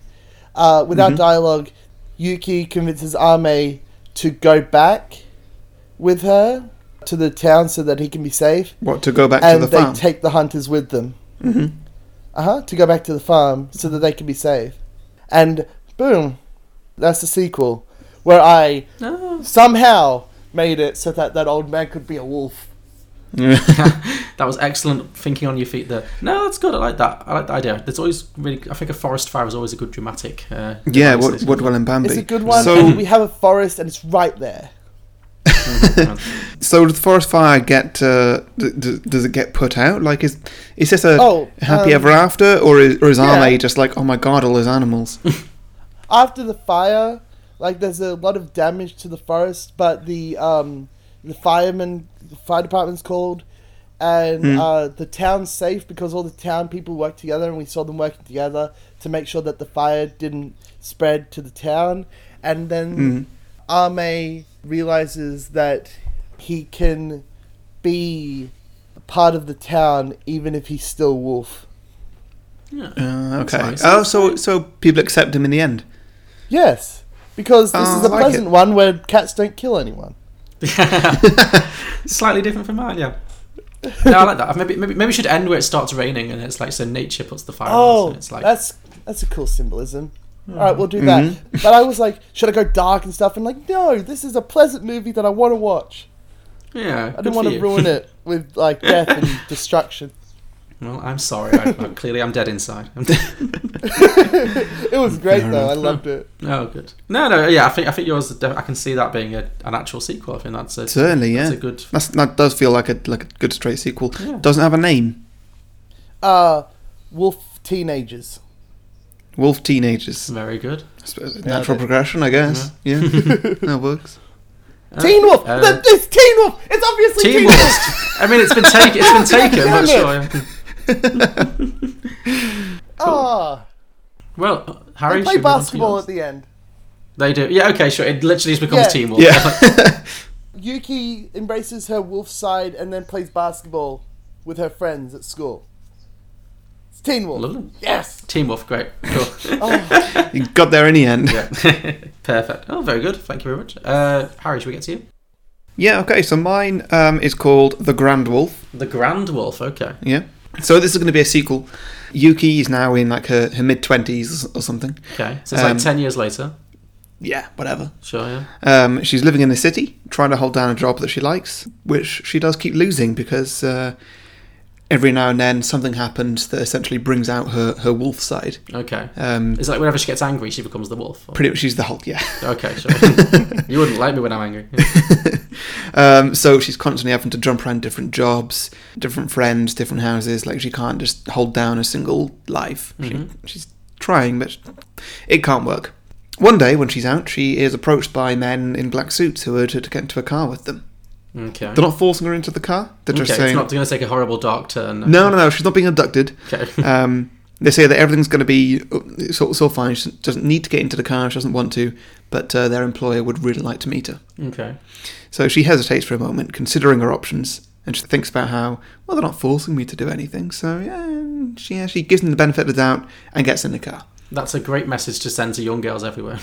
Uh, without dialogue, Yuki convinces Ame to go back with her to the town so that he can be safe What to go back and to the they farm? take the hunters with them. Mm-hmm. Uh huh. To go back to the farm so that they can be safe. And boom, that's the sequel where I somehow made it so that that old man could be a wolf. <laughs> that was excellent thinking on your feet there. No, that's good. I like that. I like the idea. There's always really. I think a forest fire is always a good dramatic. Uh, Yeah, device. Wood, Woodwell and Bambi. It's a good one. So, and we have a forest, and it's right there. so does the forest fire get? Uh, d- d- does it get put out? Like, is is this a Oh, happy um, ever after, or is, or is yeah. Arne just like, oh my god, all those <laughs> animals? After the fire, like there's a lot of damage to the forest, but the um, the firemen, the fire department's called, and Hmm. uh, the town's safe because all the town people work together, and we saw them working together to make sure that the fire didn't spread to the town. And then Hmm. Arme realizes that he can be part of the town even if he's still wolf. Uh, okay. nice. Oh, so so people accept him in the end. Yes, because this Oh, is a I like pleasant it. one where cats don't kill anyone. <laughs> Slightly different from mine, yeah. No, I like that. Maybe, maybe maybe we should end where it starts raining and it's like so nature puts the fire. out Oh, and it's like Hmm. that's that's a cool symbolism. All right, we'll do that. But I was like, should I go dark and stuff? And like, no, this is a pleasant movie that I want to watch. yeah. I didn't want to ruin it with like death and destruction. <laughs> Well, I'm sorry. I, I, clearly, I'm dead <laughs> inside. I'm dead. It was great though. I loved it. Oh, good. No, no, yeah. I think I think yours. is def- I can see that being a, an actual sequel. I think that's a Certainly, yeah. That's That's a good. that does feel like a like a good straight sequel. Doesn't have a name. Uh, wolf teenagers. Wolf teenagers. Very <laughs> good. Natural progression, I guess. Yeah, Mm-hmm. <laughs> that works. Teen Wolf. uh, Th- it's Teen Wolf. It's obviously Teen, Team Wolf. Wolf. I mean, <laughs> it's been taken. It's been taken. I'm not sure. yeah. Ah, Well, they Harry. play should we move on to basketball yours? at the end. They do. Yeah. Okay. Sure. It literally just becomes Yeah. Team Wolf. Yeah. Yuki embraces her wolf side and then plays basketball with her friends at school. It's Teen Wolf. Lovely. Yes. Team Wolf. Great. <laughs> Cool. <laughs> you got there in the end. Yeah. Perfect. Oh, very good. Thank you very much. Uh, Harry, should we get to you? Yeah, okay, so mine um, is called The Grand Wolf. The Grand Wolf. Okay. Yeah. So this is going to be a sequel. Yuki is now in like her, her mid 20s or something. Okay. So it's Um, like ten years later. Yeah, whatever. Sure. Yeah. Um, she's living in the city, trying to hold down a job that she likes, which she does keep losing because uh, every now and then something happens that essentially brings out her, her wolf side. Okay. Um, It's like whenever she gets angry, she becomes the wolf. <laughs> or- pretty much she's the Hulk, yeah. <laughs> Okay, sure. you wouldn't like me when I'm <laughs> angry. Yeah. Um, so she's constantly having to jump around different jobs, different friends, different houses. Like she can't just hold down a single life. Mm-hmm. She, she's trying, but it can't work. One day when she's out, she is approached by men in black suits who urge her to get into a car with them. Okay. They're not forcing her into the car. They're okay, just it's saying, not going to take a horrible dark <laughs> turn. "No, no, no, she's not being abducted." Okay. <laughs> um, they say that everything's going to be it's all, it's all fine. She doesn't need to get into the car. She doesn't want to, but uh, their employer would really like to meet her. Okay. So she hesitates for a moment, considering her options, and she thinks about how, well, they're not forcing me to do anything, so yeah, and she actually gives them the benefit of the doubt and gets in the car. <laughs> That's a great message to send to young girls everywhere.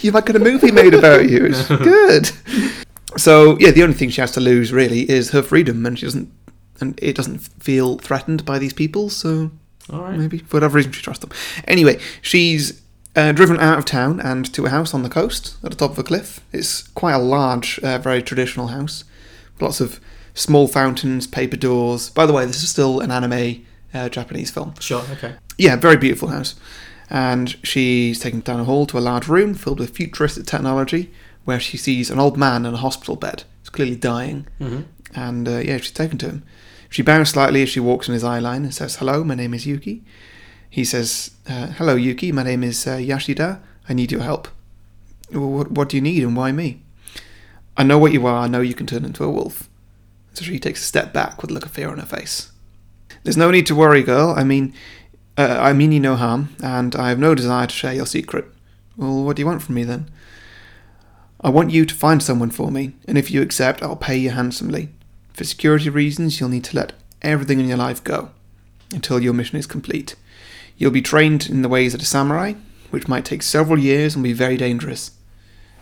You've like got a movie made about you. It's good. So yeah, the only thing she has to lose really is her freedom, and she doesn't, and it doesn't feel threatened by these people. So All right. maybe for whatever reason she trusts them. Anyway, she's uh, driven out of town and to a house on the coast at the top of a cliff. It's quite a large, uh, very traditional house. Lots of small fountains, paper doors. By the way, this is still an anime uh, Japanese film. Sure, okay. Yeah, very beautiful house. And she's taken down a hall to a large room filled with futuristic technology where she sees an old man in a hospital bed. He's clearly dying. And uh, yeah, she's taken to him. She bows slightly as she walks in his eye line and says, Hello, my name is Yuki. He says, uh, Hello, Yuki, my name is uh, Yashida. I need your help. "Well, What, what do you need and why me? I know what you are. I know you can turn into a wolf. So she takes a step back with a look of fear on her face. There's no need to worry, girl. I mean, uh, I mean you no harm, and I have no desire to share your secret. Well, what do you want from me then? I want you to find someone for me, and if you accept, I'll pay you handsomely. For security reasons, you'll need to let everything in your life go until your mission is complete. You'll be trained in the ways of a samurai, which might take several years and be very dangerous.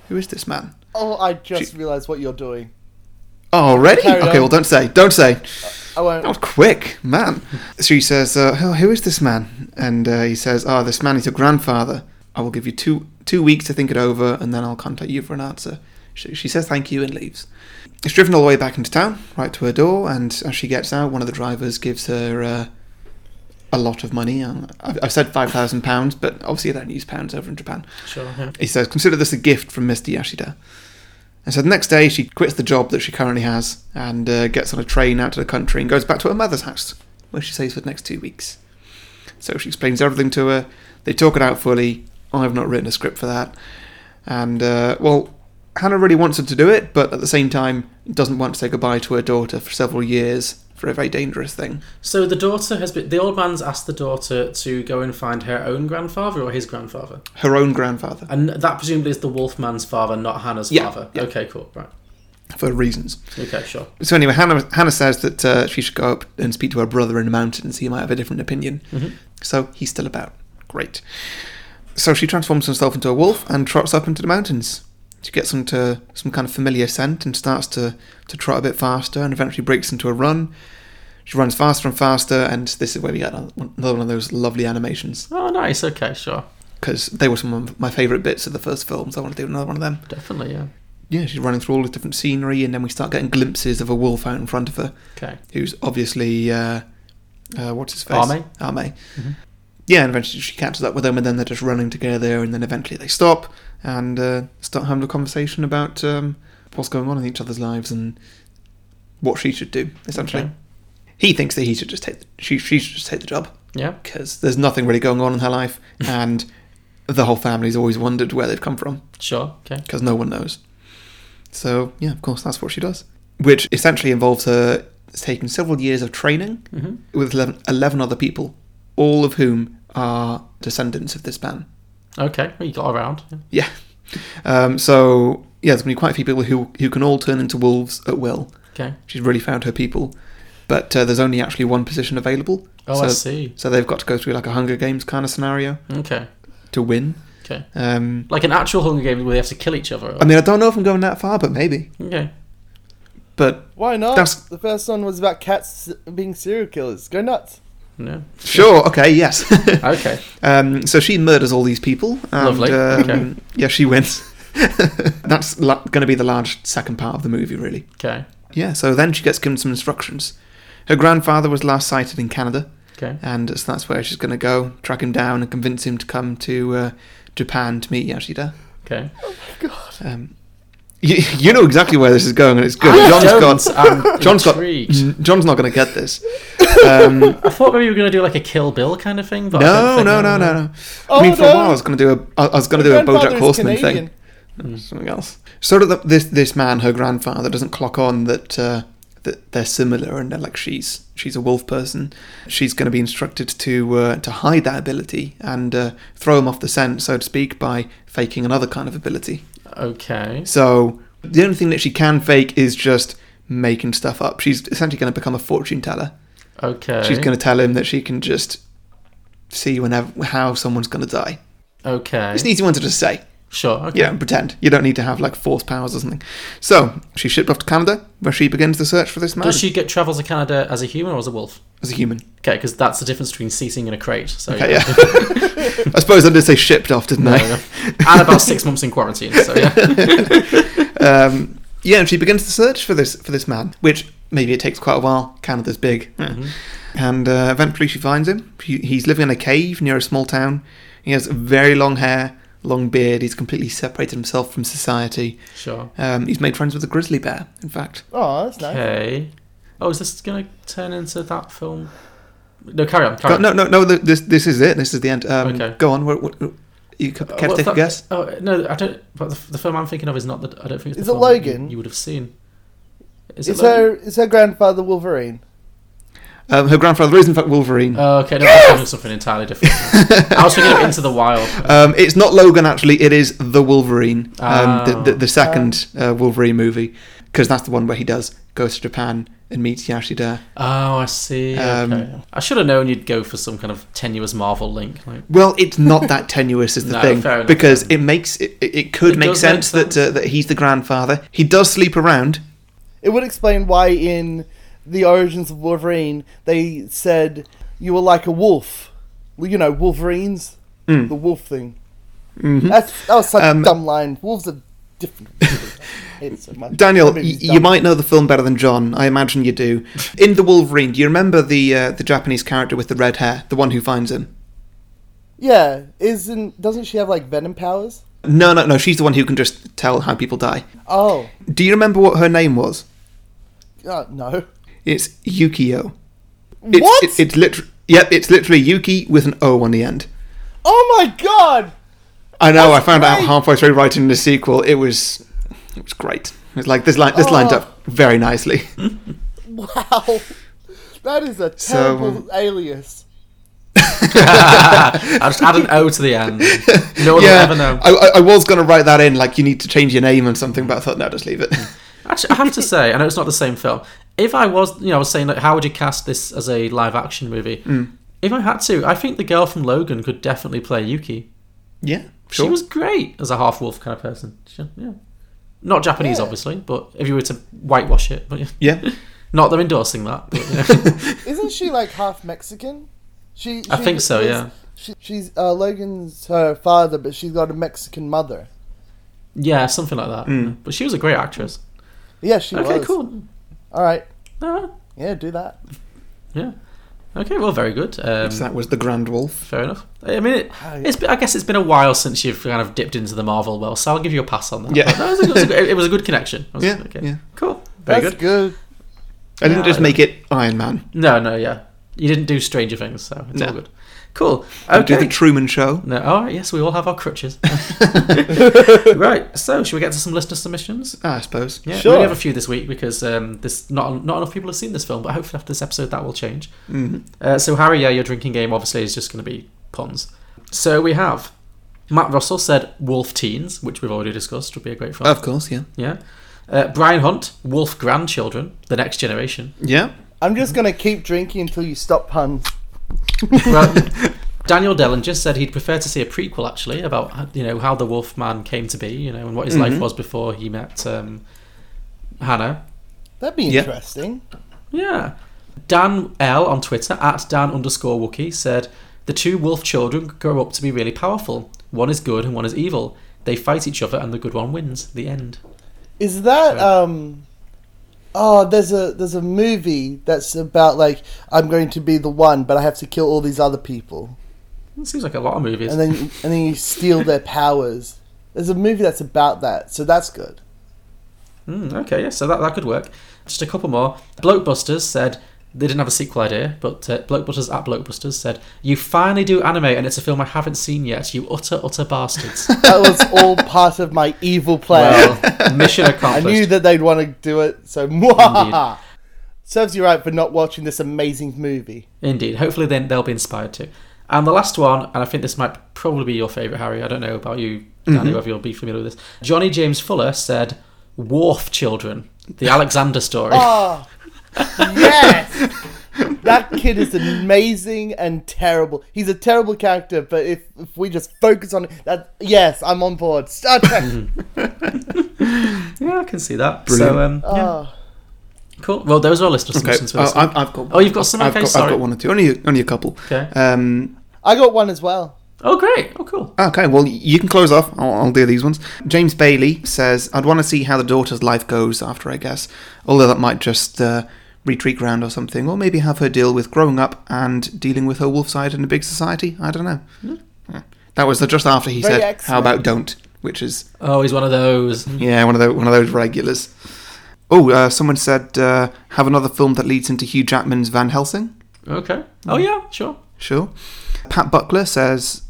Who is this man? Oh, I just She- realized what you're doing. Oh, Already? Carry okay, on. well, don't say. Don't say. I won't. That was quick, man. So he says, uh, "Oh, "Who is this man?" And uh, he says, "Ah, this man is your grandfather. I will give you two two weeks to think it over, and then I'll contact you for an answer." She, she says thank you and leaves. It's driven all the way back into town, right to her door, and as she gets out, one of the drivers gives her uh, a lot of money. Uh, I've, I've said five thousand pounds, but obviously they don't use pounds over in Japan. Sure. Yeah. He says, "Consider this a gift from Mr. Yashida." And so the next day, she quits the job that she currently has and uh, gets on a train out to the country and goes back to her mother's house, where she stays for the next two weeks. So she explains everything to her. They talk it out fully. I've not written a script for that. And, uh, well, Hannah really wants her to do it, but at the same time, doesn't want to say goodbye to her daughter for several years for a very dangerous thing. So the daughter has been. The old man's asked the daughter to go and find her own grandfather or his grandfather, Her own grandfather, and that presumably is the wolf man's father, not Hannah's Yeah, father. yeah. Okay, cool. Right. for reasons. Okay, sure. So anyway, Hannah, Hannah says that uh, she should go up and speak to her brother in the mountains. He might have a different opinion. So he's still about. Great. So she transforms herself into a wolf and trots up into the mountains. She gets into some kind of familiar scent and starts to, to trot a bit faster and eventually breaks into a run. She runs faster and faster, and this is where we get another one another one of those lovely animations Oh, nice. Okay, sure. because they were some of my favourite bits of the first film, so I want to do another one of them Definitely, yeah. yeah, she's running through all this different scenery, and then we start getting glimpses of a wolf out in front of her, Okay. who's obviously uh, uh, what's his face? Arme. Arme. Yeah, and eventually she catches up with them, and then they're just running together, and then eventually they stop and uh, start having a conversation about um, what's going on in each other's lives and what she should do. Essentially, Okay. he thinks that he should just take the, she she should just take the job Yeah. because there's nothing really going on in her life, and the whole family's always wondered where they've come from Sure. Okay. because no one knows. So yeah, of course, that's what she does, which essentially involves her taking several years of training Mm-hmm. with 11, 11 other people, all of whom are descendants of this man. Okay. Well, you got around. Yeah. Yeah. Um, so yeah, there's going to be quite a few people who who can all turn into wolves at will. Okay. She's really found her people, but uh, there's only actually one position available. Oh, so, I see. So they've got to go through like a Hunger Games kind of scenario Okay. to win. Okay. Um, Like an actual Hunger Games where they have to kill each other. I mean, I don't know if I'm going that far, but maybe. Okay. But Why not? That's- The first one was about cats being serial killers. Go nuts. No. sure, okay, yes. <laughs> Okay. Um, so she murders all these people. And, Lovely. Um, Okay. Yeah, she wins. <laughs> That's la- going to be the large second part of the movie, really. Okay. Yeah, so then she gets given some instructions. Her grandfather was last sighted in Canada, Okay. and so that's where she's going to go, track him down, and convince him to come to uh, Japan to meet Yashida. Okay. Um, <laughs> you, you know exactly where this is going, and it's good. John's got. um, <laughs> I'm John's got. intrigued. John's not going to get this. Um, I thought maybe we were going to do like a Kill Bill kind of thing. But I don't No, think- no, no, no, no. I Oh, mean, for a no. while, I was going to do a, I I was going to do Her a BoJack grandfather is Horseman Canadian. thing, Mm. something else. So that the- this this man, her grandfather, doesn't clock on that uh, that they're similar and they're like she's she's a wolf person. She's going to be instructed to uh, to hide that ability and uh, throw him off the scent, so to speak, by faking another kind of ability. Okay. So the only thing that she can fake is just making stuff up. She's essentially going to become a fortune teller. Okay. She's going to tell him that she can just see whenever how someone's going to die. Okay. It's an easy one to just say. Sure. Okay. You don't pretend. You don't need to have like force powers or something. So she shipped off to Canada, where she begins the search for this man Does she get travel to Canada as a human or as a wolf? as a human. Okay, because that's the difference between ceasing and a crate. So Okay, yeah. I suppose I did say shipped off, didn't I? and about six <laughs> months in quarantine. So yeah. Um, yeah, and she begins the search for this for this man, which maybe it takes quite a while. Canada's big, Mm-hmm. and uh, eventually she finds him. He, he's living in a cave near a small town. He has very long hair, long beard. He's completely separated himself from society. Sure. Um, he's made friends with a grizzly bear, in fact. Oh, that's nice. Okay. Oh, is this going to turn into that film? No, carry on. Carry Go, on. no, no, no. th- This this is it. This is the end. Um, Okay. Uh, Go on. What, what, what- you ca- care to What's take a that- guess? Oh no, I don't. But the, the film I'm thinking of is not the. I don't think it's Is the it film that you- Logan? You would have seen. Is her is her grandfather Wolverine? Um, her grandfather is in fact Wolverine. Oh, okay, no, I was thinking of something <laughs> entirely different. I was thinking of Into the Wild. um, it's not Logan actually. It is the Wolverine. Um, Oh. the, the the second uh, Wolverine movie, because that's the one where he does go to Japan and meets Yashida. Oh, I see. Um, okay. I should have known you'd go for some kind of tenuous Marvel link. <laughs> Like, Well, it's not <laughs> that tenuous is the No, thing fair enough, because it makes it, it it could It make does make sense, that uh, that he's the grandfather. He does sleep around. It would explain why in the origins of Wolverine they said you were like a wolf. Well, You know, Wolverines, Hmm. Mm-hmm. Um, <laughs> the wolf thing. That's that was such a dumb line. Wolves are different. It's a much Daniel, that y- movie's you dumb. might know the film better than John. I imagine you <laughs> do. In The Wolverine, do you remember the uh, the Japanese character with the red hair, the one who finds him? Yeah, isn't doesn't she have like venom powers? No, no, no. She's the one who can just tell how people die. Oh, Do you remember what her name was? uh, no. It's Yukio. It's, What? It, it's liter- Yep, it's literally Yuki with an O on the end. Oh my god! I know. I found out great. halfway through writing the sequel. It was, it was great. It was like this. Li- this lined Oh. up very <laughs> nicely. Wow, that is a So, terrible um, alias. I just add an O to the end. No one will ever know. I, I, I was going to write that in. Like you need to change your name and something, but I thought no, just leave <laughs> it. Actually, I have to say, I know it's not the same film. If I was, you know, I was saying, like, how would you cast this as a live action movie? Hmm. If I had to, I think the girl from Logan could definitely play Yuki. yeah, She sure. was great as a half wolf kind of person. She- yeah. Not Japanese, Yeah. obviously, but if you were to whitewash it, but yeah. <laughs> yeah. Not them endorsing that. But, yeah. <laughs> Isn't she like half Mexican? She, I she think so, is- yeah. She, she's uh, Logan's her father, but she's got a Mexican mother. yeah, something like that. Hmm. yeah. But she was a great actress. Yeah, she Okay, was. cool. All right. Uh, Yeah, do that. yeah. Okay, well, very good. Um, So that was the Grand Wolf. Fair enough. I mean, it, it's been, I guess it's been a while since you've kind of dipped into the Marvel well, so I'll give you a pass on that. Yeah. But that was a- it, was a, good- it was a good connection. I <laughs> was- Yeah, yeah. Cool. Very That's good. good. I didn't Yeah, just I make it Iron Man. No, no, yeah. You didn't do Stranger Things, so it's No. all good. Cool. I Do Okay. the Truman Show. no, all right. Yes, we all have our <laughs> crutches. <laughs> right. So, should we get to some listener submissions? Ah, I suppose. Yeah, Sure. we only have a few this week because um, this not not enough people have seen this film, but hopefully after this episode that will change. Uh, so Harry, yeah, your drinking game obviously is just going to be puns. So we have Matt Russell said Wolf Teens, which we've already discussed, would be a great film. Of course. Yeah. yeah. Uh, Brian Hunt, Wolf Grandchildren, The Next Generation. Yeah. I'm just gonna keep drinking until you stop puns. Well, Daniel Dellinger said he'd prefer to see a prequel actually about you know how the Wolf Man came to be, you know, and what his life was before he met um, Hannah. That'd be Yeah. interesting. Yeah. Dan L on Twitter at Dan underscore Wookie said the two wolf children grow up to be really powerful. One is good and one is evil. They fight each other and the good one wins. The end. Is that um? Oh, there's a there's a movie that's about like I'm going to be the one, but I have to kill all these other people, It Hmm, seems like a lot of movies. and then and then you steal their powers. There's a movie that's about that, so that's good. Hmm, okay, yeah, so that, that could work. Just a couple more. Blokebusters said they didn't have a sequel idea, but uh, Blokebusters at Blokebusters said, You finally do anime and it's a film I haven't seen yet, you utter, utter <laughs> bastards. That was all part of my evil plan. well, mission I accomplished. knew that they'd want to do it, so <laughs> mwahaha. Serves you right for not watching this amazing movie. Indeed. Hopefully, then they'll be inspired to. And the last one, and I think this might probably be your favourite, Harry. I don't know about you, Danny, Mm-hmm. whether you'll be familiar with this. Johnny James Fuller said, "Wharf Children: <laughs> The Alexander Story." Oh, yes! <laughs> That kid is amazing and terrible. He's a terrible character, but if, if we just focus on it, that yes, I'm on board. Star Trek. Yeah, I can see that. Brilliant. So, um, yeah, Oh, cool. Well, those are our list of Okay. submissions for Oh, this. I've, I've got. Oh, you've got some? I've Okay, got, I've sorry. got one or two. Only a- only a couple. Okay. Um, I got one as well. oh, great. Oh, cool. Ah, Okay, well, you can close off. I'll, I'll do these ones. James Bailey says, I'd want to see how the daughter's life goes after, I guess. Although that might just uh, retreat ground or something, or maybe have her deal with growing up and dealing with her wolf side in a big society. I don't know. Hmm. Yeah. That was the, just after he Very said, How excellent. about don't? Which is, Oh, he's one of those. yeah, one of, the, one of those regulars. Oh, uh, someone said, uh, Have another film that leads into Hugh Jackman's Van Helsing? Okay. Oh, Mm. yeah. Sure. Sure. Pat Buckler says,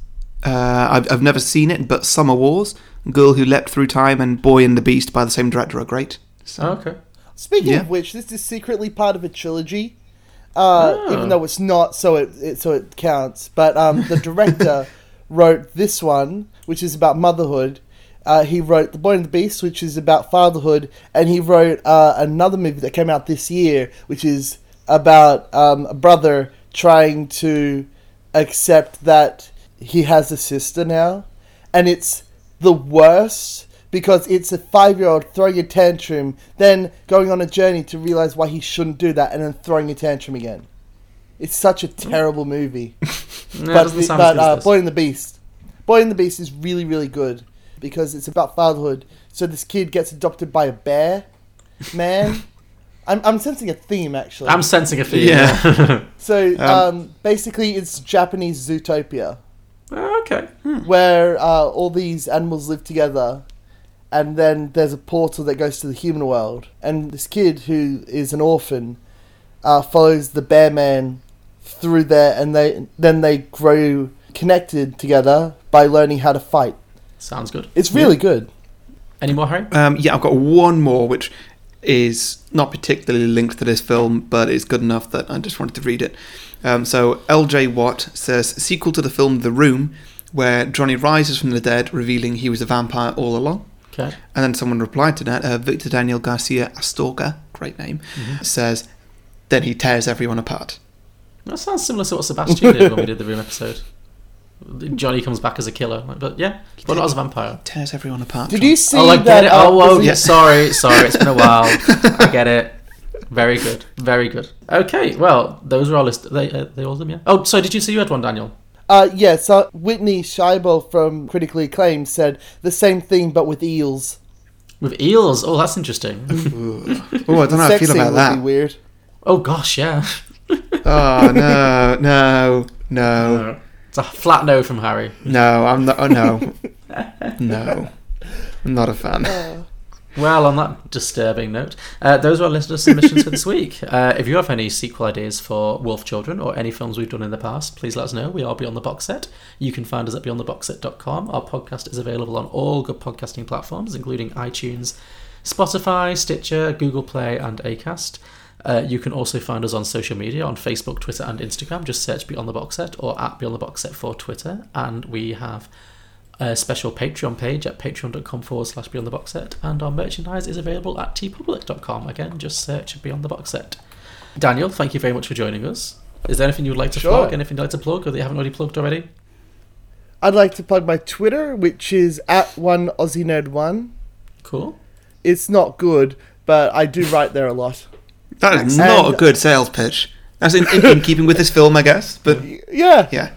uh, I've, I've never seen it, but Summer Wars, Girl Who Leapt Through Time, and Boy and the Beast by the same director are great. So, Oh, Okay. Speaking Yeah. of which, this is secretly part of a trilogy, uh, even though it's not, so it, it so it counts. But um, the director wrote this one, which is about motherhood. Uh, he wrote The Boy and the Beast, which is about fatherhood, and he wrote uh, another movie that came out this year, which is about um, a brother trying to accept that he has a sister now, and it's the worst because it's a five year old throwing a tantrum, then going on a journey to realize why he shouldn't do that, and then throwing a tantrum again. It's such a terrible movie. No, but doesn't the, sound but as good as uh, this. Boy and the Beast, Boy and the Beast is really really good because it's about fatherhood So this kid gets adopted by a bear <laughs> man. I'm, I'm sensing a theme actually. I'm sensing a theme. Yeah. so um, basically, it's Japanese Zootopia. <laughs> okay. where uh, all these animals live together, and then there's a portal that goes to the human world. And this kid who is an orphan uh, follows the bear man through there, and they then they grow connected together by learning how to fight. Sounds good. It's really good. Any more, Harry? Um, yeah, I've got one more, which is not particularly linked to this film, but it's good enough that I just wanted to read it. Um, so LJ Watt says sequel to the film The Room, where Johnny rises from the dead, revealing he was a vampire all along. Okay. And then someone replied to that, uh, Victor Daniel Garcia Astorga, great name, Mm-hmm. says, then he tears everyone apart. That sounds similar to what Sebastian did when we did the room episode. Johnny comes back as a killer, like, but yeah, but not as a vampire. Tears everyone apart. Did John. you see oh, I get that? it. uh, Oh, whoa. was it- Yeah. Sorry, sorry. It's been a <laughs> while. I get it. Very good. Very good. Okay. Well, those were all list. They uh, they all them. Yeah. Oh, so did you see you had one, Daniel? Uh, yeah, so Whitney Scheibel from Critically Acclaimed said the same thing but with eels. With eels. Oh, that's <laughs> interesting. Oh, I don't know how I Sex feel scene about would be that. weird. Oh gosh, yeah. Oh, no, <laughs> no, no, It's a flat no from Harry. no, I'm not, oh, no, no. I'm not a fan. Well, on that disturbing note, uh, those were our listener submissions for this week. Uh, if you have any sequel ideas for Wolf Children or any films we've done in the past, please let us know. We are Beyond the Box Set. You can find us at beyondtheboxset.com. Our podcast is available on all good podcasting platforms, including iTunes, Spotify, Stitcher, Google Play, and Acast. Uh, you can also find us on social media on Facebook, Twitter, and Instagram. Just search Beyond the Box Set or at Beyond the Box Set for Twitter. And we have a special Patreon page at patreon.com forward slash beyond the box set, and our merchandise is available at tpublic.com. Again, just search beyond the box set. Daniel, thank you very much for joining us. Is there anything you would like to Sure. plug? Anything you'd like to plug or that you haven't already plugged already? I'd like to plug my Twitter, which is at one Aussie nerd one. Cool. It's not good, but I do write there a lot. That is not And- a good sales pitch. That's in, in, in keeping with this film, I guess. But Yeah, yeah,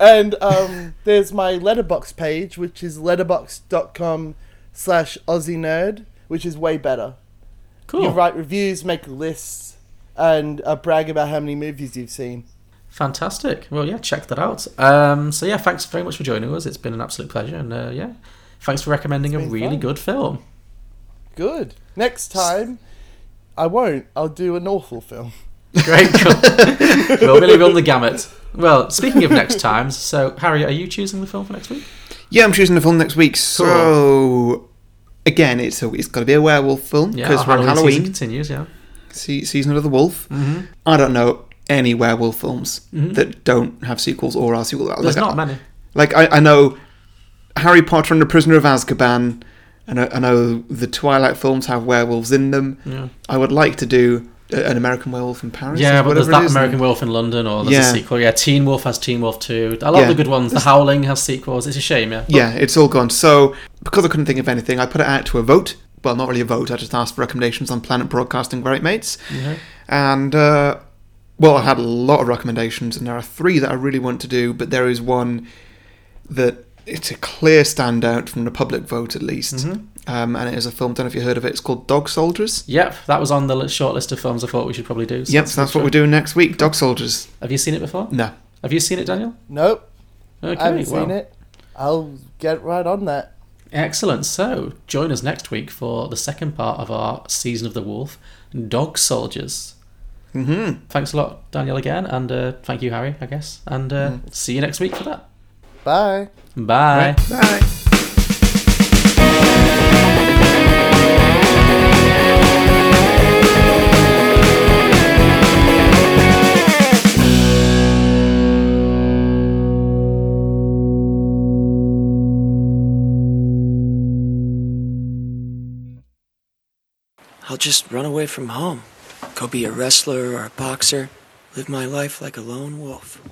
and um, there's my letterbox page, which is letterbox.com slash Aussie nerd, which is way better. Cool. You write reviews, make lists, and uh, brag about how many movies you've seen. Fantastic. Well, yeah, check that out. Um, so, yeah, thanks very much for joining us. It's been an absolute pleasure. And uh, yeah, thanks for recommending a been really fun. good film. Good. Next time, I won't. I'll do an awful film. Great. we'll really run the gamut. Well, speaking of next times, so Harry, are you choosing the film for next week? yeah, I'm choosing a film next week. So again, it's a, it's got to be a werewolf film Yeah, because our we're on Halloween season Halloween continues. Yeah. se- season of the wolf. Mm-hmm. I don't know any werewolf films that don't have sequels or are sequels. Mm-hmm. There's like, not I- many. Like I, I know Harry Potter and the Prisoner of Azkaban, and I, I know the Twilight films have werewolves in them. Yeah. I would like to do a- an American Werewolf in Paris. Yeah, or but there's whatever it that is. American Wolf in London, or there's Yeah. a sequel. Yeah, Teen Wolf has Teen Wolf 2. A lot of Yeah. the good ones. The Howling has sequels. It's a shame, yeah. Yeah, it's all gone. So, because I couldn't think of anything, I put it out to a vote. Well, not really a vote. I just asked for recommendations on Planet Broadcasting where it mates. And, uh, well, I had a lot of recommendations, and there are three that I really want to do, but there is one that it's a clear standout from the public vote, at least. Um, and it is a film, don't know if you heard of it, it's called Dog Soldiers. Yep, that was on the li- short list of films I thought we should probably do. so Yep, so that's what we're doing next week. Dog Soldiers. Have you seen it before? No. Have you seen it, Daniel? Nope, Okay, I haven't well, seen it. I'll get right on that. Excellent. So join us next week for the second part of our Season of the Wolf, Dog Soldiers. Mm-hmm. Thanks a lot, Daniel, again, and uh, thank you, Harry, I guess. And uh, Mm. see you next week for that. Bye. Bye. Bye. I'll just run away from home, go be a wrestler or a boxer, live my life like a lone wolf.